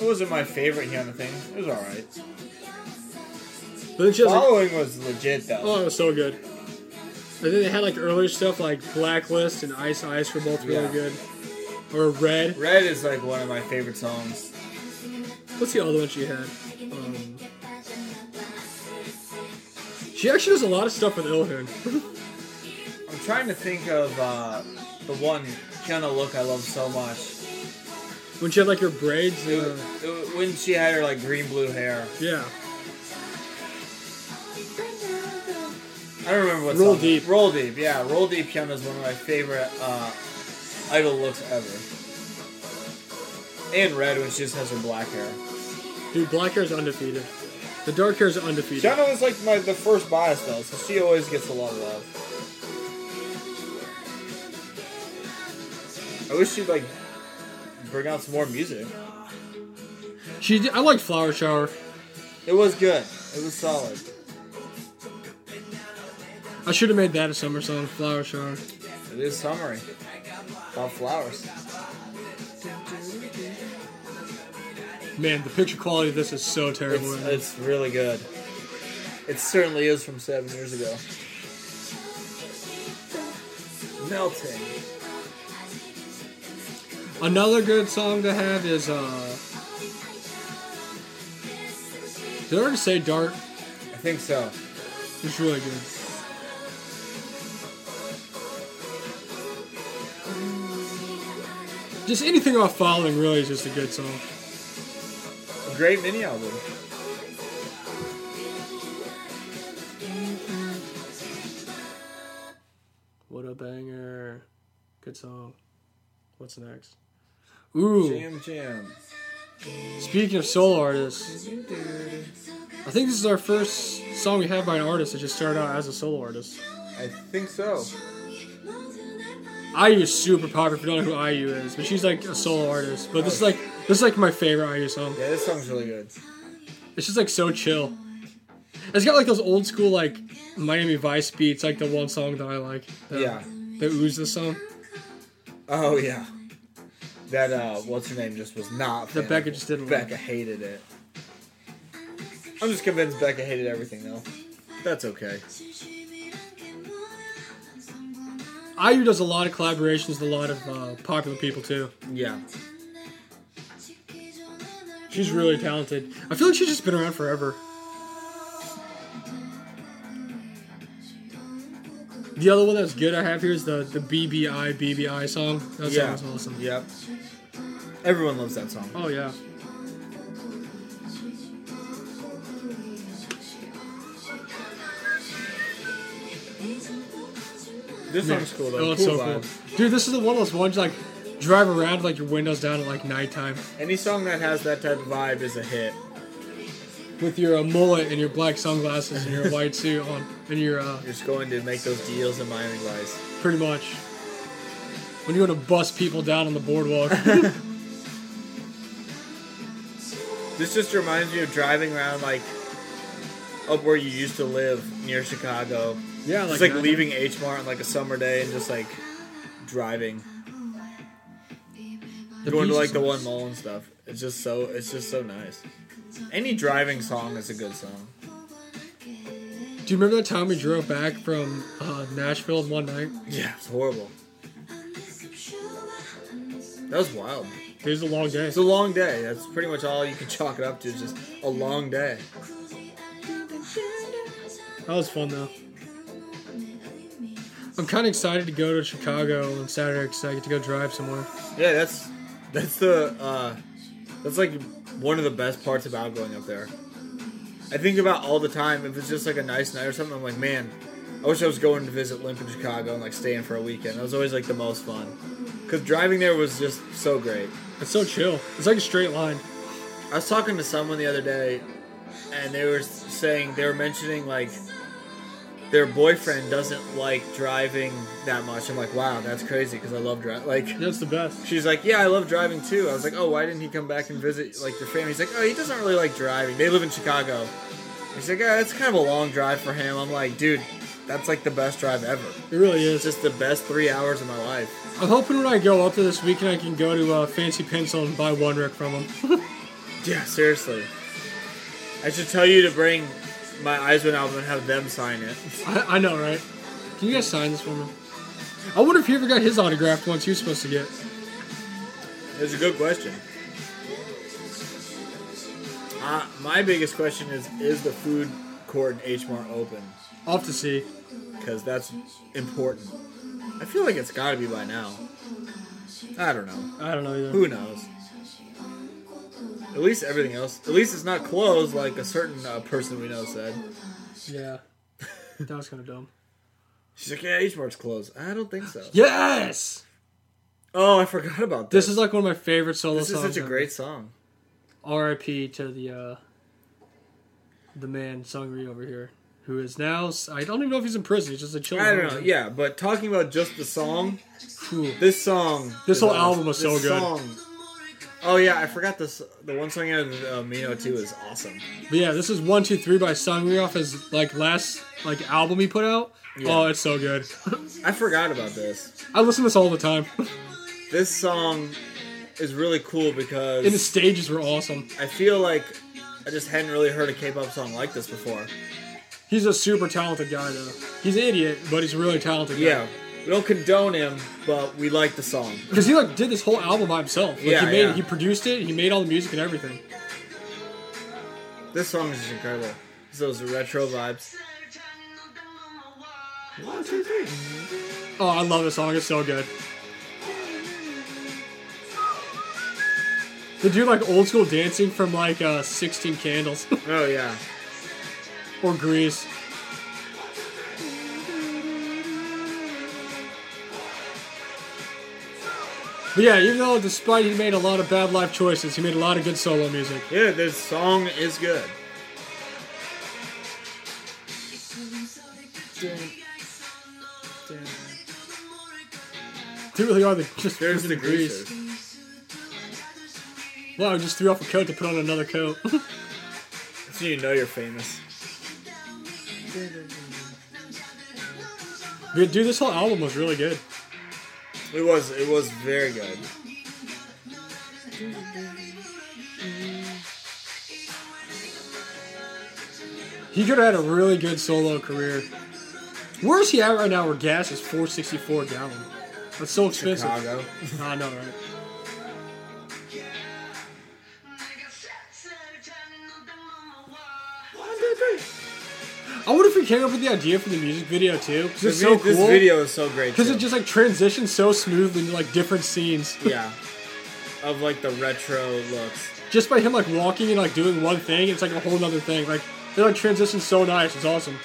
It wasn't my favorite Hyuna thing. It was alright.
but then she has like,
Following was legit though.
Oh, it was so good. And then they had like earlier stuff like Blacklist and Ice Ice were both really
Yeah.
good. Or Red.
Red is like one of my favorite songs.
What's the other one she had? Um, she actually does a lot of stuff with Ilhun.
I'm trying to think of uh, the one Hyuna look I love so much.
*laughs* when she had like her braids.
It
And,
was-
uh,
it was- when she had her like green blue hair,
yeah.
I don't remember what.
Roll
song.
Deep.
Roll deep. Yeah, roll deep. Piano is one of my favorite uh, idol looks ever. And red when she just has her black hair.
Dude, black hair is undefeated. The dark hair is undefeated.
Piano was like my the first bias though, so she always gets a lot of love. I wish she'd like bring out some more music.
She did, I like Flower Shower.
It was good. It was solid.
I should have made that a summer song, Flower Shower.
It is summary about flowers.
Man, the picture quality of this is so terrible.
It's,
right now.
it's really good. It certainly is from seven years ago. Melting.
Another good song to have is uh Did I already say Dart?
I think so.
It's really good. Just anything off following really is just a good song.
A great mini album.
What a banger. Good song. What's next? Ooh.
Jam Jam.
Speaking of solo artists, I think this is our first song we have by an artist that just started out as a solo artist.
I think so.
IU is super popular. If you don't know who IU is, but she's like a solo artist. But this is like this is like my favorite IU song.
Yeah, this song's really good.
It's just like so chill. It's got like those old school like Miami Vice beats, like the one song that I like. The,
Yeah.
The ooze the song.
Oh yeah. That uh, what's her name just was not. a
That
fan
Becca
of
just
it.
didn't like.
Becca hated it. I'm just convinced Becca hated everything though. That's okay.
IU does a lot of collaborations with a lot of uh, popular people too.
Yeah.
She's really talented. I feel like she's just been around forever. The other one that's good I have here is the the BBI BBI song. That
yeah.
song's awesome.
Yep. Everyone loves that song.
Oh yeah.
This song's cool though.
Oh, it's
cool
so
vibes.
cool. Dude, this is the one of those ones like drive around with, like your windows down at like nighttime
Any song that has that type of vibe is a hit.
with your uh, mullet and your black sunglasses
*laughs*
and your white suit on and your uh,
You're just going to make those deals in Miami Vice.
pretty much when you want to bust people down on the boardwalk.
This just reminds me of driving around like up where you used to live near Chicago.
yeah,
Just like leaving H Mart on like a summer day and just like driving, *laughs*
The
going to
beach
like the
is-
one mall and stuff. It's just so it's just so nice. Any driving song is a good song. *laughs*
Do you remember that time we drove back from uh, Nashville in one night?
Yeah, it's horrible. That was wild.
It was a long day.
It's a long day. That's pretty much all you can *laughs* chalk it up to. is Just a long day.
That was fun though. I'm kind of excited to go to Chicago on Saturday because I get to go drive somewhere.
Yeah, that's that's the uh, that's like one of the best parts about going up there. I think about all the time if it's just like a nice night or something. I'm like, man, I wish I was going to visit Limp in Chicago and like staying for a weekend. That was always like the most fun because driving there was just so great.
It's so chill. It's like a straight line.
I was talking to someone the other day, and they were saying they were mentioning like their boyfriend doesn't like driving that much. I'm like, wow, that's crazy because I love driving. Like.
That's the best.
She's like, yeah, I love driving too. I was like, oh, why didn't he come back and visit like your family? He's like, oh, he doesn't really like driving. They live in Chicago. He's like, yeah, that's kind of a long drive for him. I'm like, dude, that's like the best drive ever.
It really
It's
is.
just the best three hours of my life.
I'm hoping when I go up there this weekend, I can go to uh, Fancy Pencil and buy one Rick from
*laughs*
them.
Yeah, seriously. I should tell you to bring my Eisman album and have them sign it.
I, I know, right? Can you guys sign this for me? I wonder if he ever got his autograph once he was supposed to get.
It's a good question. Uh, my biggest question is: Is the food court in H Mart open?
I'll have to see.
because that's important. I feel like it's got to be by now. I don't know.
I don't know either.
Who knows? At least everything else. At least it's not closed, like a certain uh, person we know said. *laughs*
Yeah. That was kind of dumb.
She's like, "Yeah, H Mart's closed." I don't think so.
Yes!
Oh, I forgot about this.
This is like one of my favorite solo
this is
songs.
such a
ever.
great song.
R.I.P. to the uh, the man Sungri over here, who is now I don't even know if he's in prison. He's just a chill.
I don't know. Yeah, but talking about just the song,
Ooh.
this song,
This
is
whole
awesome.
album was so
This
good.
song- oh yeah, I forgot this. The one song out of uh, Mino too is awesome.
But yeah, this is one two three by Sungri off his like last like album he put out.
Yeah.
Oh, it's so good.
I forgot about this.
I listen to this all the time, *laughs*
this song is really cool
and the
because
stages were awesome.
I feel like I just hadn't really heard a K-pop song like this before.
He's a super talented guy though. He's an idiot, but he's a really talented. Guy.
Yeah, we don't condone him, but we like the song.
because he like did this whole album by himself. Like,
Yeah,
he made
yeah.
it, he produced it, he made all the music and everything.
This song is just incredible. It's those retro vibes. One, two, three.
Oh, I love this song. It's so good. They do like old school dancing from like uh, 16 Candles *laughs*
Oh yeah.
or Grease. But yeah, even though despite he made a lot of bad life choices, he made a lot of good solo music.
Yeah, this song is good.
They really are the *laughs* just
There's
freaking
the greasers.
Wow, I just threw off a coat to put on another coat. *laughs*
That's when you know you're famous.
Dude, dude, this whole album was really good.
It was it was very good.
He could have had a really good solo career. Where is he at right now? Where gas is four sixty four a gallon. That's so expensive. *laughs*
Chicago.
I know, right? I wonder if he came up with the idea for the music video too. 'cause
This,
it's so
vi- this
cool.
video is so great.
because
too.
it just like transitions so smoothly into like different scenes.
yeah, of like the retro looks.
just by him like walking and like doing one thing, it's like a whole other thing. Like it like transitions so nice. It's awesome.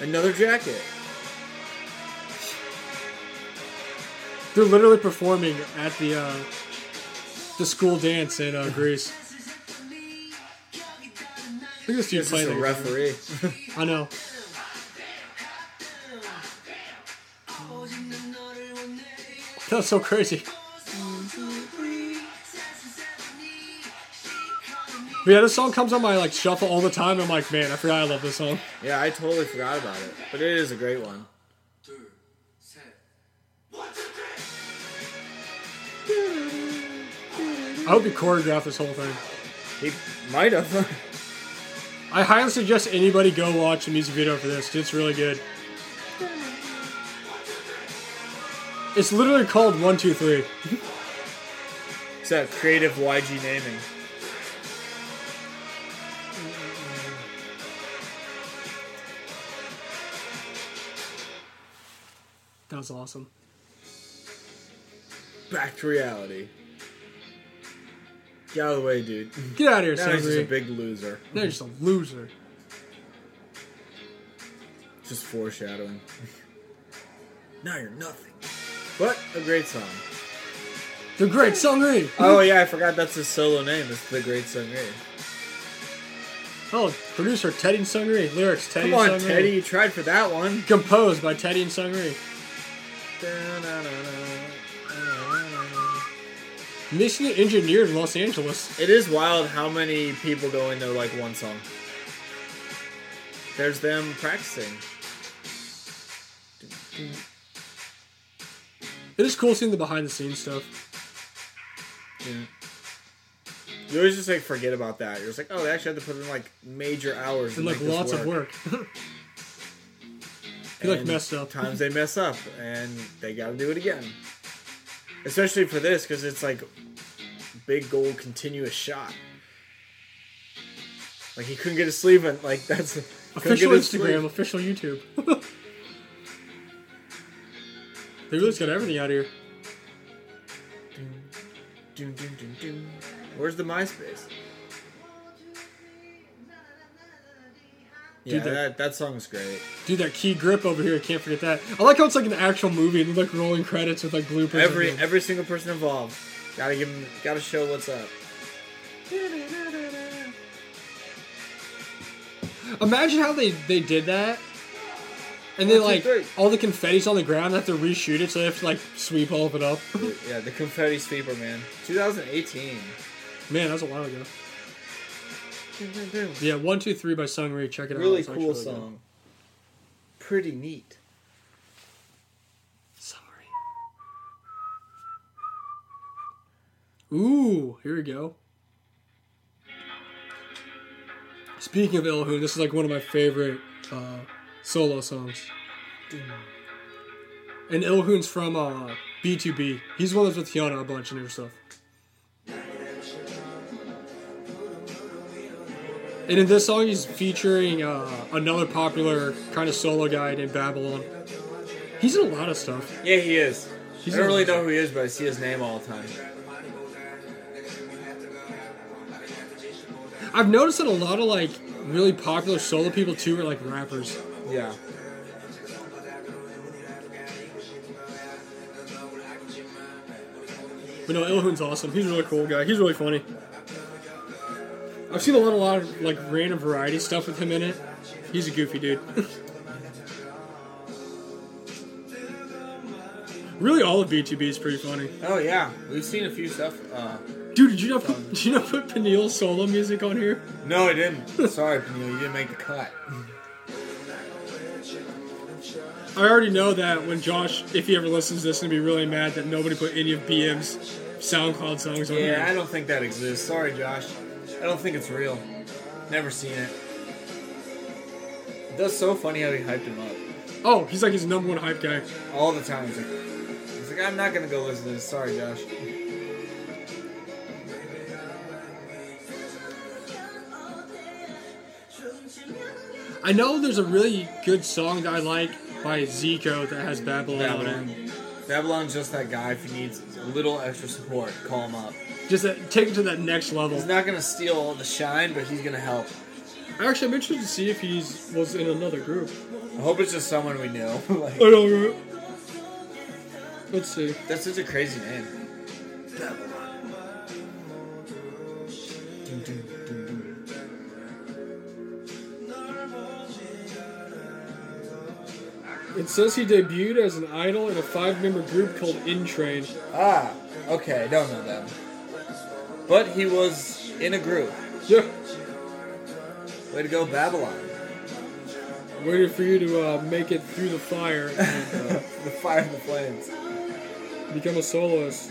Another jacket.
They're literally performing at the uh, the school dance in uh, Greece. Look at this dude
This is
playing.
the
the guitar.
referee.
I know. That's so crazy. But yeah, this song comes on my like shuffle all the time. I'm like, man, I forgot I love this song.
yeah, I totally forgot about it, but it is a great one.
I hope he choreographed this whole thing.
He might have. *laughs*
I highly suggest anybody go watch the music video for this. 'cause It's really good. It's literally called One Two Three.
it's that creative YG naming.
That was awesome.
Back to reality. Get out of the way, *laughs* dude.
Get out of here,
Now he's just a
Savory.
big loser.
Now you're just a loser.
Just foreshadowing. now you're nothing. But a great song. *laughs*
The Great Sangri.
Oh yeah, I forgot that's his solo name. It's the Great Sangre.
Oh, producer Teddy and Sangri. Lyrics Teddy
Come on,
and Sangri.
Teddy, you tried for that one.
Composed by Teddy and Sangri. Mission engineered in Los Angeles.
It is wild how many people go into like one song. There's them practicing.
It is cool seeing the behind the scenes stuff.
You always just like forget about that. You're just like, oh, they actually had to put in like major hours
And
to
like
make this
lots of work.
*laughs*
He like
And
messed
*laughs*
up. *laughs*
Times they mess up and they got to do it again. Especially for this because it's like big goal continuous shot. Like he couldn't get his sleeve in. Like that's couldn't get
Official
his sleeve.
Instagram, official YouTube. *laughs* they really just got everything out here.
Dun, dun, dun, dun. Where's the MySpace? Yeah,
Dude, that-
that, that song is great.
Dude, that key grip over here, I can't forget that. I like how it's like an actual movie and like rolling credits with like bloopers.
Every
and-
every single person involved, gotta give 'em- gotta show what's up.
Imagine how they they did that. And then
One,
like
two, three.
all the confetti's on the ground, they have to reshoot it, so they have to like sweep all of it up. *laughs*
yeah, the confetti sweeper, man. 2018.
Man, that was a while ago. Yeah, one two three by Sung Ri. Check it out.
Really
It's actually
cool
good.
song. Pretty neat.
Sung Ri. Ooh, here we go. Speaking of Ilhoon, this is like one of my favorite uh, solo songs. And Ilhoon's from uh, B2B. He's one of those with Tiana a bunch and her stuff. And in this song, he's featuring uh, another popular kind of solo guy named Babylon. He's in a lot of stuff.
Yeah, he is.
He's
I don't
a-
really know who he is, but I see his name all the time.
I've noticed that a lot of like really popular solo people too are like rappers.
Yeah.
But no, Ilhun's awesome. He's a really cool guy. He's really funny. I've seen a lot, a lot of like random variety stuff with him in it. He's a goofy dude. *laughs* really, all of BTB is pretty funny.
Oh yeah, we've seen a few stuff. Uh,
Dude, did you not put, *laughs* did you not put Peniel's solo music on here?
no, I *laughs* didn't. Sorry, Peniel, you didn't make the cut.
I already know that when Josh, if he ever listens to this, he'll be really mad that nobody put any of BM's SoundCloud songs on
Yeah, I
here.
don't think that exists. Sorry, Josh. I don't think it's real. Never seen it. That's so funny how he hyped him up
Oh, he's like his number one hype guy.
all the time. He's like, he's like I'm not gonna go listen to this. Sorry, Josh.
I know there's a really good song that I like by Zico that has Babylon, on it.
Babylon. Babylon's just that guy. If he needs a little extra support, call him up.
Just that, take it to that next level.
He's not gonna steal all the shine, but he's gonna help.
Actually, I'm interested to see if he's was in another group.
I hope it's just someone we know. *laughs* like,
I don't know. Let's see.
that's such a crazy name. Dun, dun, dun, dun.
It says he debuted as an idol in a five-member group called In Train.
Ah, okay, I don't know them. But he was in a group.
Yeah.
Way to go, Babylon. *laughs*
Waited for you to uh, make it through the fire *laughs* and uh,
the fire and the flames.
become a soloist.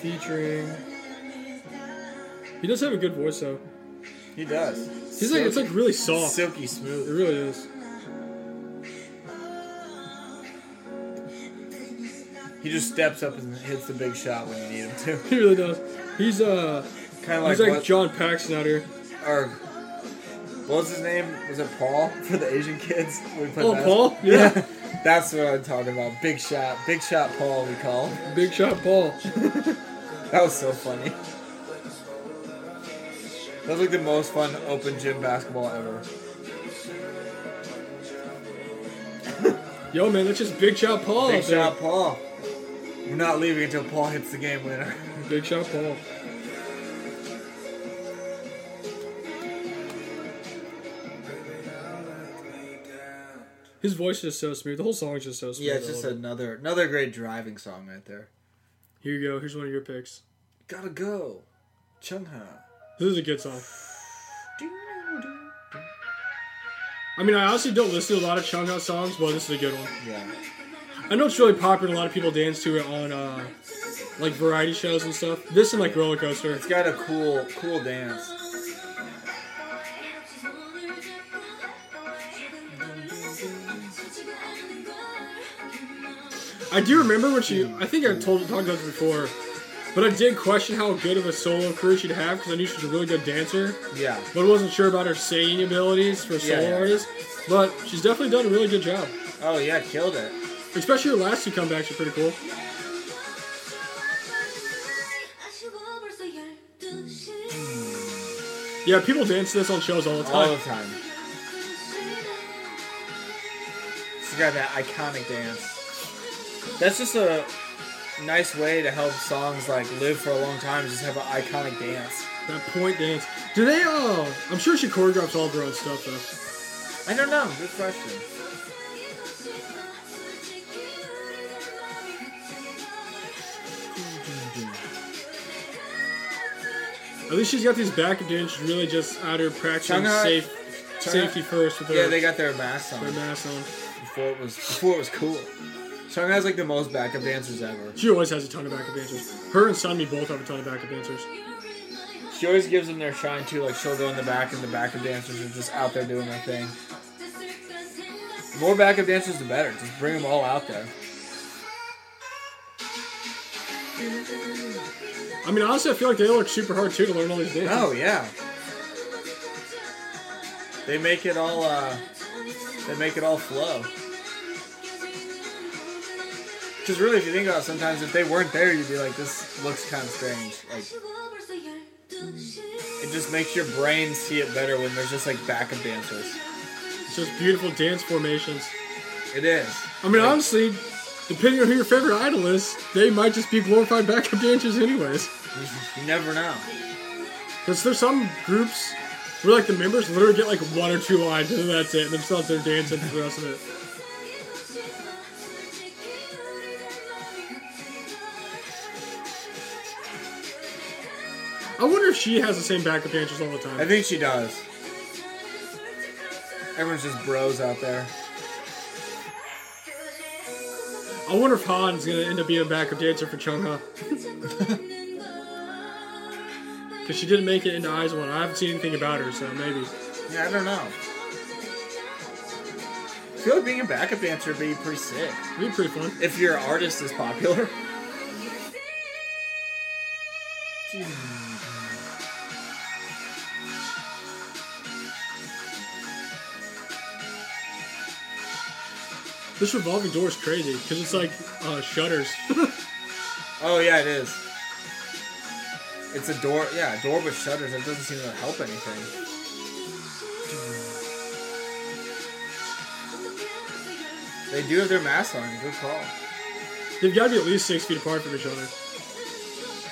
Featuring. He does have a good voice though.
He does.
He's like it's like really soft. It
silky smooth.
really is. *laughs*
He just steps up and hits the big shot when you need him to. *laughs*
He really does. He's uh
Kind of like,
he's like
what,
John Paxton out here.
or what was his name? Was it Paul *laughs* for the Asian kids? when we played
Oh,
basketball?
Paul? Yeah.
*laughs* That's what I'm talking about. Big shot, big shot, Paul. We call. him. *laughs*
Big shot Paul.
That was so funny. That was like the most fun open gym basketball ever.
Yo man, that's just Big Shot Paul.
Big
out there.
shot, Paul. We're not leaving until Paul hits the game winner.
Big shot Paul. His voice is just so smooth. The whole song is just so smooth.
Yeah, it's
I
just
love it.
another another great driving song right there.
Here you go. Here's one of your picks.
Gotta go, Chungha.
This is a good song. I mean, I honestly don't listen to a lot of Chung Hao songs, but this is a good one.
Yeah,
I know it's really popular. A lot of people dance to it on uh, like variety shows and stuff. This and like roller coaster.
it's got a cool cool dance.
I do remember when she. I think I told talked about this before, but I did question how good of a solo career she'd have because I knew she was a really good dancer,
Yeah,
but I wasn't sure about her singing abilities for a
Yeah,
solo
yeah.
artist. But she's definitely done a really good job.
oh yeah, killed it.
Especially her last two comebacks are pretty cool. Yeah, people dance to this on shows all the
All
time.
the time. It's got that iconic dance. That's just a nice way to help songs like live for a long time. Just have an iconic dance.
that point dance. Do they? Oh, I'm sure she choreographs all of her own stuff though.
I don't know. Good question.
At least she's got these back dance. She's really just out here practicing
Shanghai-
safe,
Shanghai-
safety first with her,
Yeah, they got their masks on
her mask on.
before it was before it was cool. Shanghai's like the most backup dancers ever.
She always has a ton of backup dancers. Her and Sunmi both have a ton of backup dancers.
She always gives them their shine too. Like she'll go in the back, and the backup dancers are just out there doing their thing. The more backup dancers, the better. Just bring them all out there.
I mean, honestly, I feel like they work super hard too to learn all these dances.
Oh yeah. They make it all uh they make it all flow. Cause really if you think about it, sometimes if they weren't there you'd be like, this looks kinda strange. Like it just makes your brain see it better when there's just like backup dancers.
It's just beautiful dance formations.
It is.
I mean, honestly, depending on who your favorite idol is, they might just be glorified backup dancers, anyways.
You never know.
Because there's some groups where like the members literally get like one or two lines and then that's it, and they're still out there dancing for the rest of it. I wonder if she has the same backup dancers all the
I
time.
think she does. Everyone's just bros out there.
I wonder if Han's gonna end up being a backup dancer for Chung Ha because she didn't make it into Eyes One. I haven't seen anything about her, so maybe.
Yeah, I don't know. I feel like being a backup dancer would be pretty sick.
It'd be pretty fun.
If your artist is popular.
This revolving door is crazy because it's like uh, shutters.
Oh yeah, it is. It's a door. Yeah, a door with shutters. That doesn't seem to help anything. They do have their masks on. Good call.
They've got to be at least six feet apart from each other.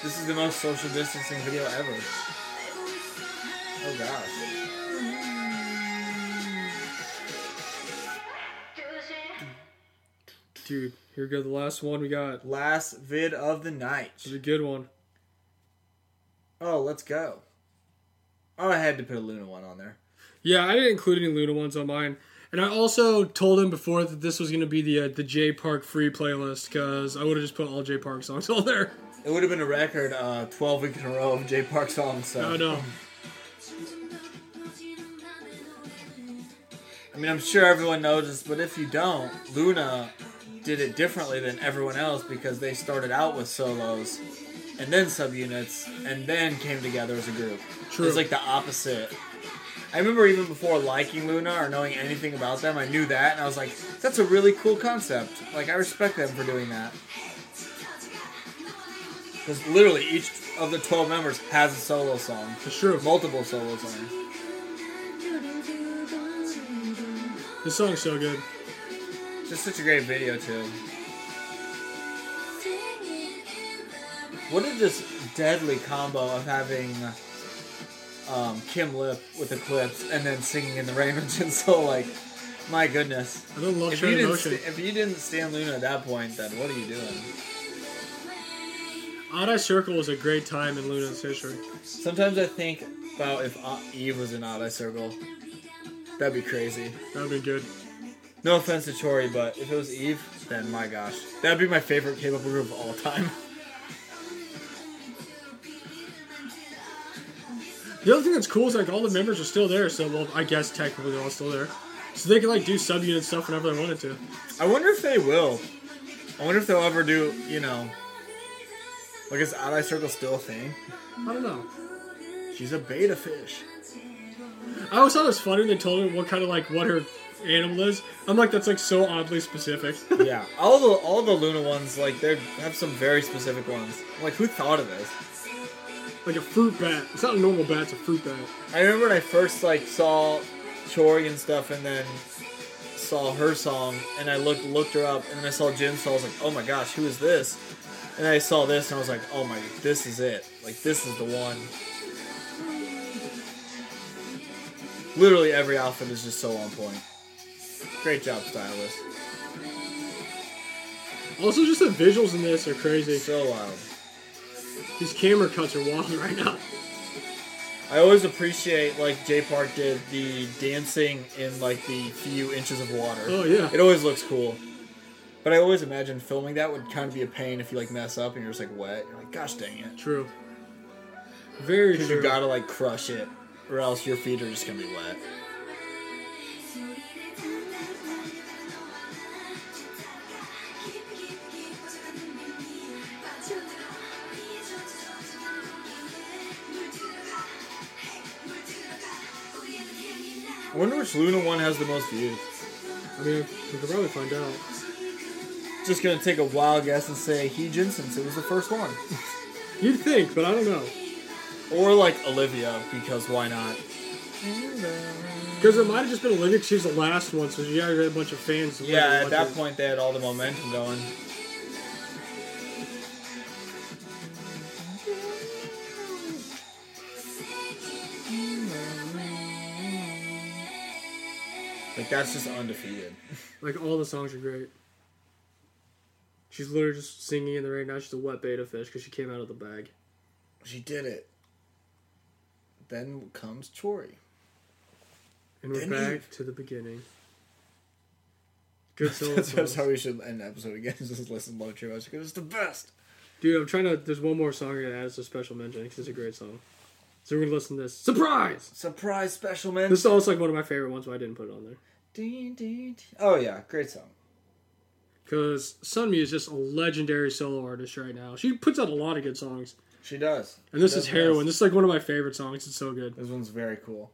This is the most social distancing video ever. Oh gosh.
Dude, here go the last one we got.
Last vid of the night.
This is a good one.
Oh, let's go. Oh, I had to put a Luna one on there.
Yeah, I didn't include any Luna ones on mine, and I also told him before that this was gonna be the uh, the J Park free playlist because I would have just put all J Park songs *laughs* on there.
It would have been a record uh, 12 weeks in a row of J Park songs. So.
I know.
I mean, I'm sure everyone noticed, but if you don't, Luna did it differently than everyone else because they started out with solos and then subunits and then came together as a group. It
True.
was like the opposite. I remember even before liking Luna or knowing anything about them, I knew that and I was like, that's a really cool concept. Like, I respect them for doing that. Because literally each of the 12 members has a solo song,
It's true.
multiple solo songs.
This song's so good.
Just such a great video too. What a just deadly combo of having um, Kim Lip with Eclipse and then singing in the Rain and so like, my goodness.
I don't love
If you,
showing
didn't
emotion.
st- if you didn't stand Luna at that point, then what are you doing?
Odd Eye Circle was a great time in Luna's history.
Sometimes I think about if uh, Eve was in Odd Eye Circle. That'd be crazy.
That'd be good.
No offense to Tori, but if it was Eve, then my gosh. That'd be my favorite K-pop group of all time. *laughs*
The other thing that's cool is like all the members are still there, so well, I guess technically they're all still there. So they can like do subunit stuff whenever they wanted to.
I wonder if they will. I wonder if they'll ever do, you know, like is Ally Circle still a thing?
I don't know.
She's a beta fish.
I always thought it was funny when they told her what kind of like what her animal is. I'm like, that's like so oddly specific. *laughs*
yeah, all the all the Luna ones like they have some very specific ones. I'm like who thought of this?
like a fruit bat. It's not a normal bat, it's a fruit bat.
I remember when I first like saw Chori and stuff, and then saw her song, and I looked looked her up, and then I saw Jin's song. I was like, oh my gosh, who is this? And I saw this, and I was like, oh my, this is it. Like this is the one. Literally every outfit is just so on point. Great job, stylist.
Also, just the visuals in this are crazy.
So wild.
These camera cuts are wild *laughs* right now.
I always appreciate like J Park did the dancing in like the few inches of water.
Oh, yeah.
It always looks cool. But I always imagine filming that would kind of be a pain if you like mess up and you're just like wet. You're like, gosh dang it.
True. Very
Because
true.
you gotta like crush it, or else your feet are just gonna be wet. I wonder which Luna one has the most views.
I mean, we could probably find out.
Just gonna take a wild guess and say Heejin since it was the first one.
You'd think, but I don't know.
Or like Olivia, because why not?
Because it might have just been Olivia. 'cause She was the last one, so she already had a bunch of fans. who
Yeah, at
wanted to
that
watch
point they had all the momentum going. Like that's just undefeated.
it. Like all the songs are great. She's literally just singing in the rain now. She's a wet beta fish because she came out of the bag.
She did it. Then comes Tori.
And we're
Then
back
you-
to the beginning. Good solo
*laughs* That's, that's
songs.
how we should end the episode again. *laughs* Just listen to Love Tree because it's the best.
Dude, I'm trying to. There's one more song I'm gonna add as a special mention because it's a great song. So we're gonna listen to this. Surprise!
Surprise special man.
This song's like one of my favorite ones, but I didn't put it on there.
Dee, dee, dee. Oh yeah, great song.
Because Sunmi is just a legendary solo artist right now. She puts out a lot of good songs.
She does.
And this
She
is
does
Heroin.
best.
This is like one of my favorite songs. It's so good.
This one's very cool.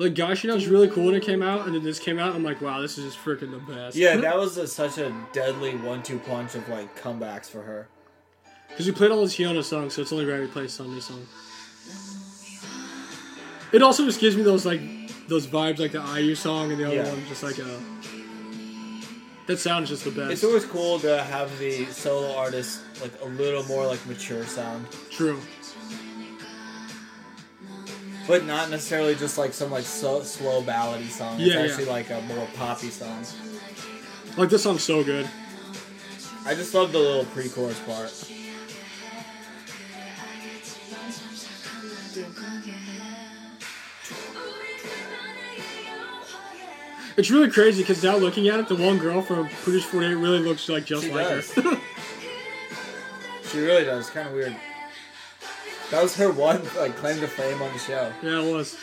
Like Gashina was really cool when it came out, and then this came out. I'm like, wow, this is just freaking the best.
Yeah, that was a, such a deadly one-two punch of like comebacks for her.
because we played all those Hyuna songs, so it's only right we play Sunday song. It also just gives me those like those vibes, like the IU song and the other
Yeah.
one, just like uh That sound is just the best.
It's always cool to have the solo artist like a little more like mature sound,
True.
but not necessarily just like some like so, slow ballady song. It's
Yeah, yeah.
actually like a more poppy song.
Like this song's so good.
I just love the little pre-chorus part.
It's really crazy because now looking at it, the one girl from Produce 48 really looks like just
She
like
does. *laughs*
her.
She really does. Kind of weird. That was her one like claim to fame on the show.
yeah, it was.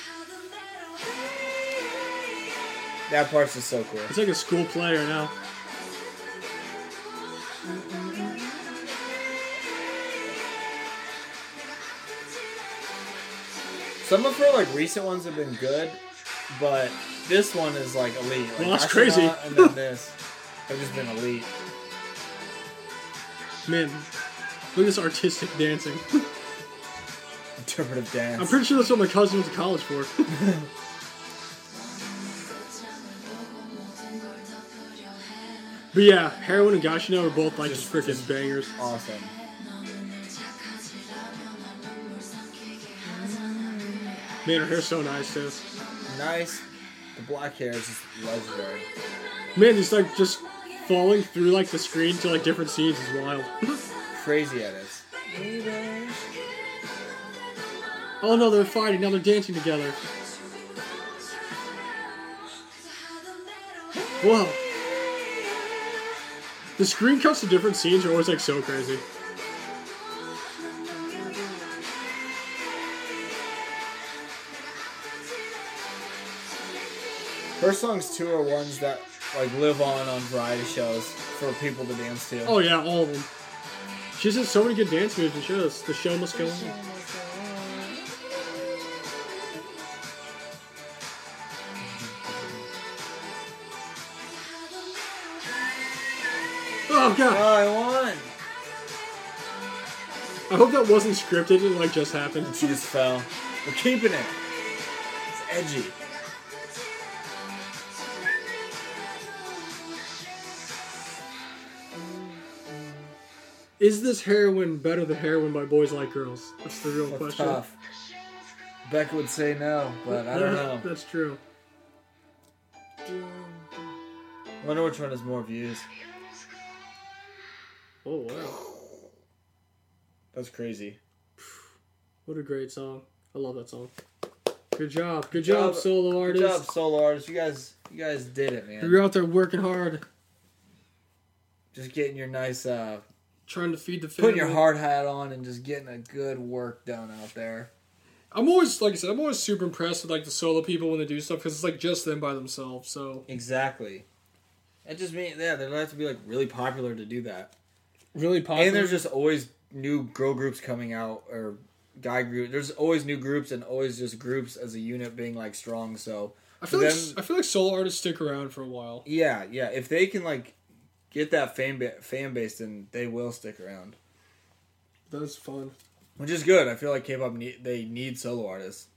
That part's just so cool.
It's like a school play right now.
Some of her like recent ones have been good, but this one is like elite. Like,
Well, that's
Astronaut
crazy.
And then this have just been elite.
Man, look at this artistic dancing.
Interpretive dance.
I'm pretty sure that's what my cousin went to college for. but yeah, Heroin and Gashino are both like just,
Just-
freaking
just-
bangers.
awesome.
Man, her hair's so nice too.
Nice. The black hair is just legendary.
Man, just like just falling through like the screen to like different scenes is wild.
Crazy at us.
oh no, they're fighting, now they're dancing together. Whoa. The screen cuts to different scenes are always like so crazy.
Her songs too are ones that like live on on variety shows for people to dance to.
Oh yeah, all of them. She's in so many good dance moves and shows. The show must go on. Oh god!
I won.
I hope that wasn't scripted. It like just happened.
She just fell. We're keeping it. It's edgy.
Is this heroin better than heroin by boys like girls? That's the real
That's
question.
tough. Becca would say no, but I don't know.
*laughs* That's true.
Wonder which one has more views.
Oh wow!
That's crazy.
What a great song. I love that song. Good job. Good,
job.
job, solo
Good
artist.
job, solo artists. You guys, you guys did it, man.
You're out there working hard,
Just getting your nice, uh,
trying to feed the family.
putting your hard hat on and just getting a good work done out there.
I'm always like I said. I'm always super impressed with like the solo people when they do stuff because it's like just them by themselves. So
Exactly. It just means yeah, they don't have to be like really popular to do that.
really popular.
And there's just always new girl groups coming out or guy group. There's always new groups and always just groups as a unit being like strong. So
I feel
for
like
them-
I feel like solo artists stick around for a while.
yeah, yeah. If they can like get that fan ba- fan base, then they will stick around,
That's fun.
which is good. I feel like K-pop need, they need solo artists.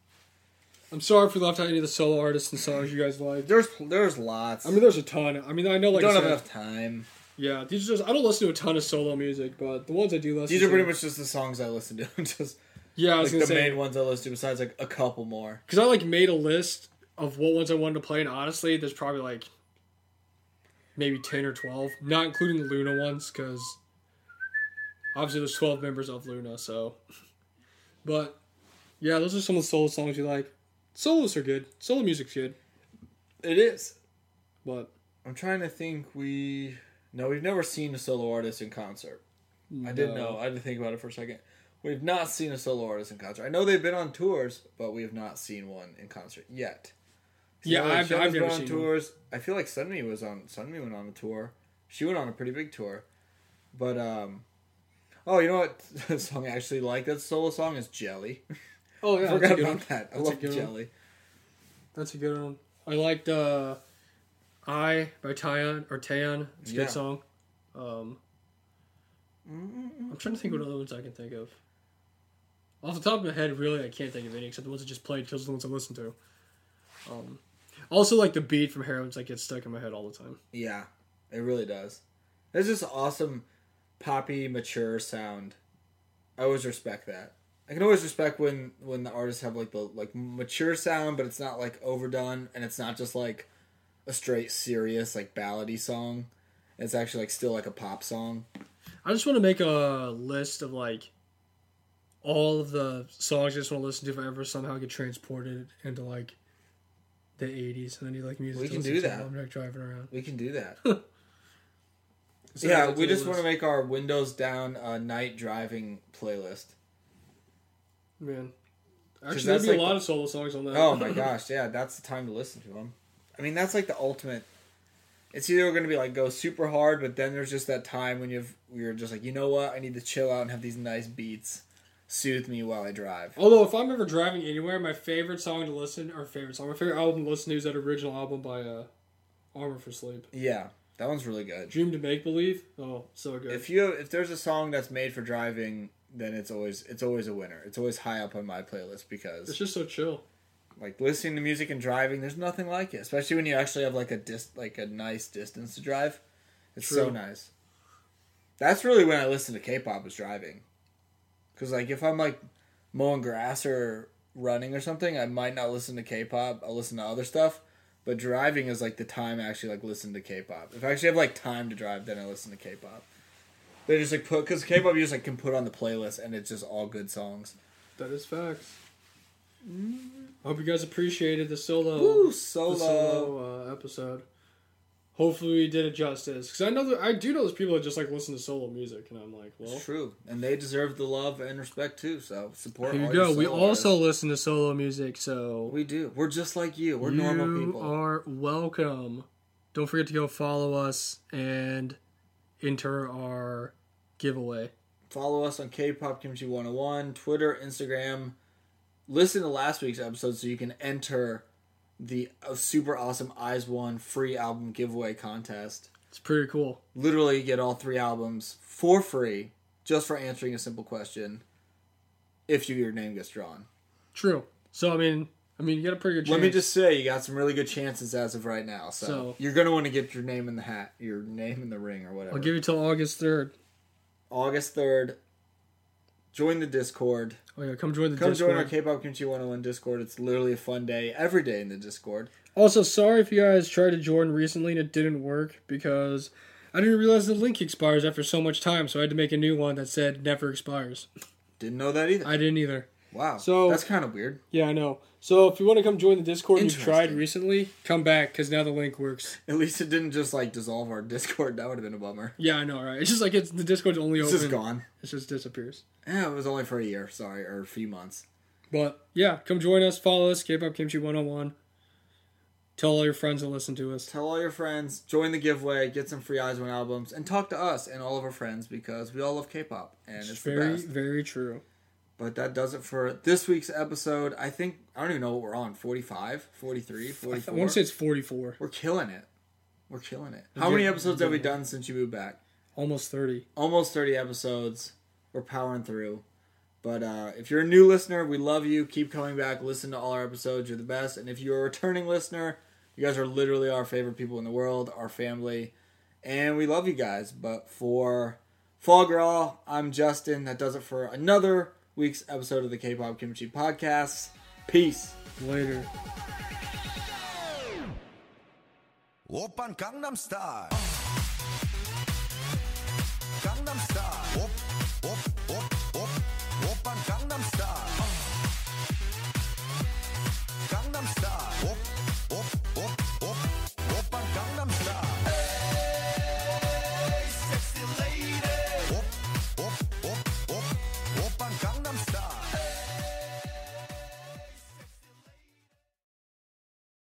I'm sorry if we left out any of the solo artists and songs you guys liked.
There's there's lots.
I mean, there's a ton. I mean, I know
we
like
don't
I
have
said,
enough time.
yeah. These are just I don't listen to a ton of solo music, but the ones I do listen
These are
to,
pretty much just the songs I listen to. *laughs* just
yeah. I was
like the
gonna say
main ones I listen to, besides like a couple more.
because I like made a list of what ones I wanted to play, and honestly, there's probably like maybe ten or twelve, not including the Luna ones, because obviously there's twelve members of Luna. So, but yeah, those are some of the solo songs you like. Solos are good. Solo music's good,
It is.
but
I'm trying to think. We no, we've never seen a solo artist in concert. I didn't
No.
know. I had to think about it for a second. We've not seen a solo artist in concert. I know they've been on tours, but we have not seen one in concert yet.
Yeah,
Snowy
I've-
Show's
I've
been
never
on
seen one.
tours. I feel like Sunmi was on. Sunmi went on a tour. She went on a pretty big tour, but um, oh, you know what *laughs* song I actually like? That solo song is Jelly. *laughs*
oh
I
yeah, that's a
forgot
good one.
about that. I
That's a
love
good one.
Jelly.
That's a good one. I liked uh, "I" by Taeyeon or Taeyeon. It's a
Yeah.
good song. Um, I'm trying to think what other ones I can think of. Off the top of my head, really, I can't think of any except the ones I just played because the ones I listened to. Um, also, like the beat from Heroines, like gets stuck in my head all the time.
Yeah, it really does. It's just awesome, poppy, mature sound. I always respect that. I can always respect when when the artists have like the like mature sound, but it's not like overdone, and it's not just like a straight serious like ballady song. It's actually like still like a pop song.
I just want to make a list of like all of the songs I just want to listen to if I ever somehow get transported into like the 80s and I need like music.
We
to
can
listen
do
to
that.
while I'm like driving around.
We can do
*laughs*
that.
So
yeah,
that's
we
what it
just want to
was.
make our windows down uh, night driving playlist.
man. Actually,
that's
there'd be
like
a lot
the-
of solo songs on that.
Oh my gosh, yeah, that's the time to listen to them. I mean, that's like the ultimate. It's either going to be like go super hard, but then there's just that time when you've you're just like, you know what, I need to chill out and have these nice beats, soothe me while I drive.
Although, if I'm ever driving anywhere, my favorite song to listen, or favorite song, my favorite album to listen to is that original album by uh, Armor for Sleep,
Yeah, that one's really good.
Dream to Make Believe. Oh, so good.
If you have, if there's a song that's made for driving, then it's always it's always a winner. It's always high up on my playlist because
it's just so chill.
like listening to music and driving, there's nothing like it. Especially when you actually have like a dis like a nice distance to drive. It's so
True.
nice. That's really when I listen to K-pop is driving. Cuz like if I'm like mowing grass or running or something, I might not listen to K-pop. I'll listen to other stuff, but driving is like the time I actually like listen to K-pop. If I actually have like time to drive, then I listen to K-pop. They just like put cuz K-pop you just like can put on the playlist and it's just all good songs.
That is facts. I hope you guys appreciated the solo,
Mm. Woo,
the
solo.
solo, uh, episode. Hopefully, we did it justice because I know that I do know there's people that just like listen to solo music, and I'm like, well,
It's true, and they deserve the love and respect too. So support.
here you
all your
go. We
solo
also
artists.
listen to solo music, so
we do. We're just like you. We're
you
normal people.
are welcome. Don't forget to go follow us and enter our giveaway.
Follow us on K-pop Kimchi 101, Twitter, Instagram. Listen to last week's episode so you can enter the uh, super awesome Eyes One free album giveaway contest.
It's pretty cool.
Literally, get all three albums for free just for answering a simple question. If you, your name gets drawn.
True. So I mean, I mean, you got a pretty good chance.
Let me just say, you got some really good chances as of right now. So,
So-
you're gonna want to get your name in the hat, your name in the ring, or whatever.
I'll give you till August third.
August third. Join the Discord.
Oh yeah, come join the
Come
Discord.
join our K-pop Kimchi 101 Discord. It's literally a fun day every day in the Discord.
also, sorry if you guys tried to join recently and it didn't work because I didn't realize the link expires after so much time, so I had to make a new one that said never expires.
Didn't know that either.
I didn't either.
Wow.
So-
that's kind of weird.
Yeah, I know. So if you want to come join the Discord and you've tried
Interesting.
recently, come back because now the link works.
At least it didn't just like dissolve our *laughs* Discord. That would have been a bummer.
Yeah, I know, right? It's just like it's the Discord's only
It's
open.
just gone.
It just disappears.
Yeah, it was only for a year. Sorry, or a few months.
But yeah, come join us, follow us, K-pop Kimchi 101. Tell all your friends and listen to us.
Tell all your friends. Join the giveaway. Get some free Eyes One albums, and talk to us and all of our friends because we all love K-pop and it's,
It's
the
very,
best.
very true.
But that does it for this week's episode. I think, I don't even know what we're on 45, 43,
I
44.
want to say it's 44,
we're killing it. We're killing it. How many episodes have we done since you moved back?
almost 30.
Almost 30 episodes. We're powering through. But uh, if you're a new listener, we love you. Keep coming back. Listen to all our episodes. You're the best. And if you're a returning listener, you guys are literally our favorite people in the world, our family. And we love you guys. But for Fall Girl, I'm Justin. That does it for another week's episode of the K pop kimchi podcast. Peace.
Later.
오빤 강남스타일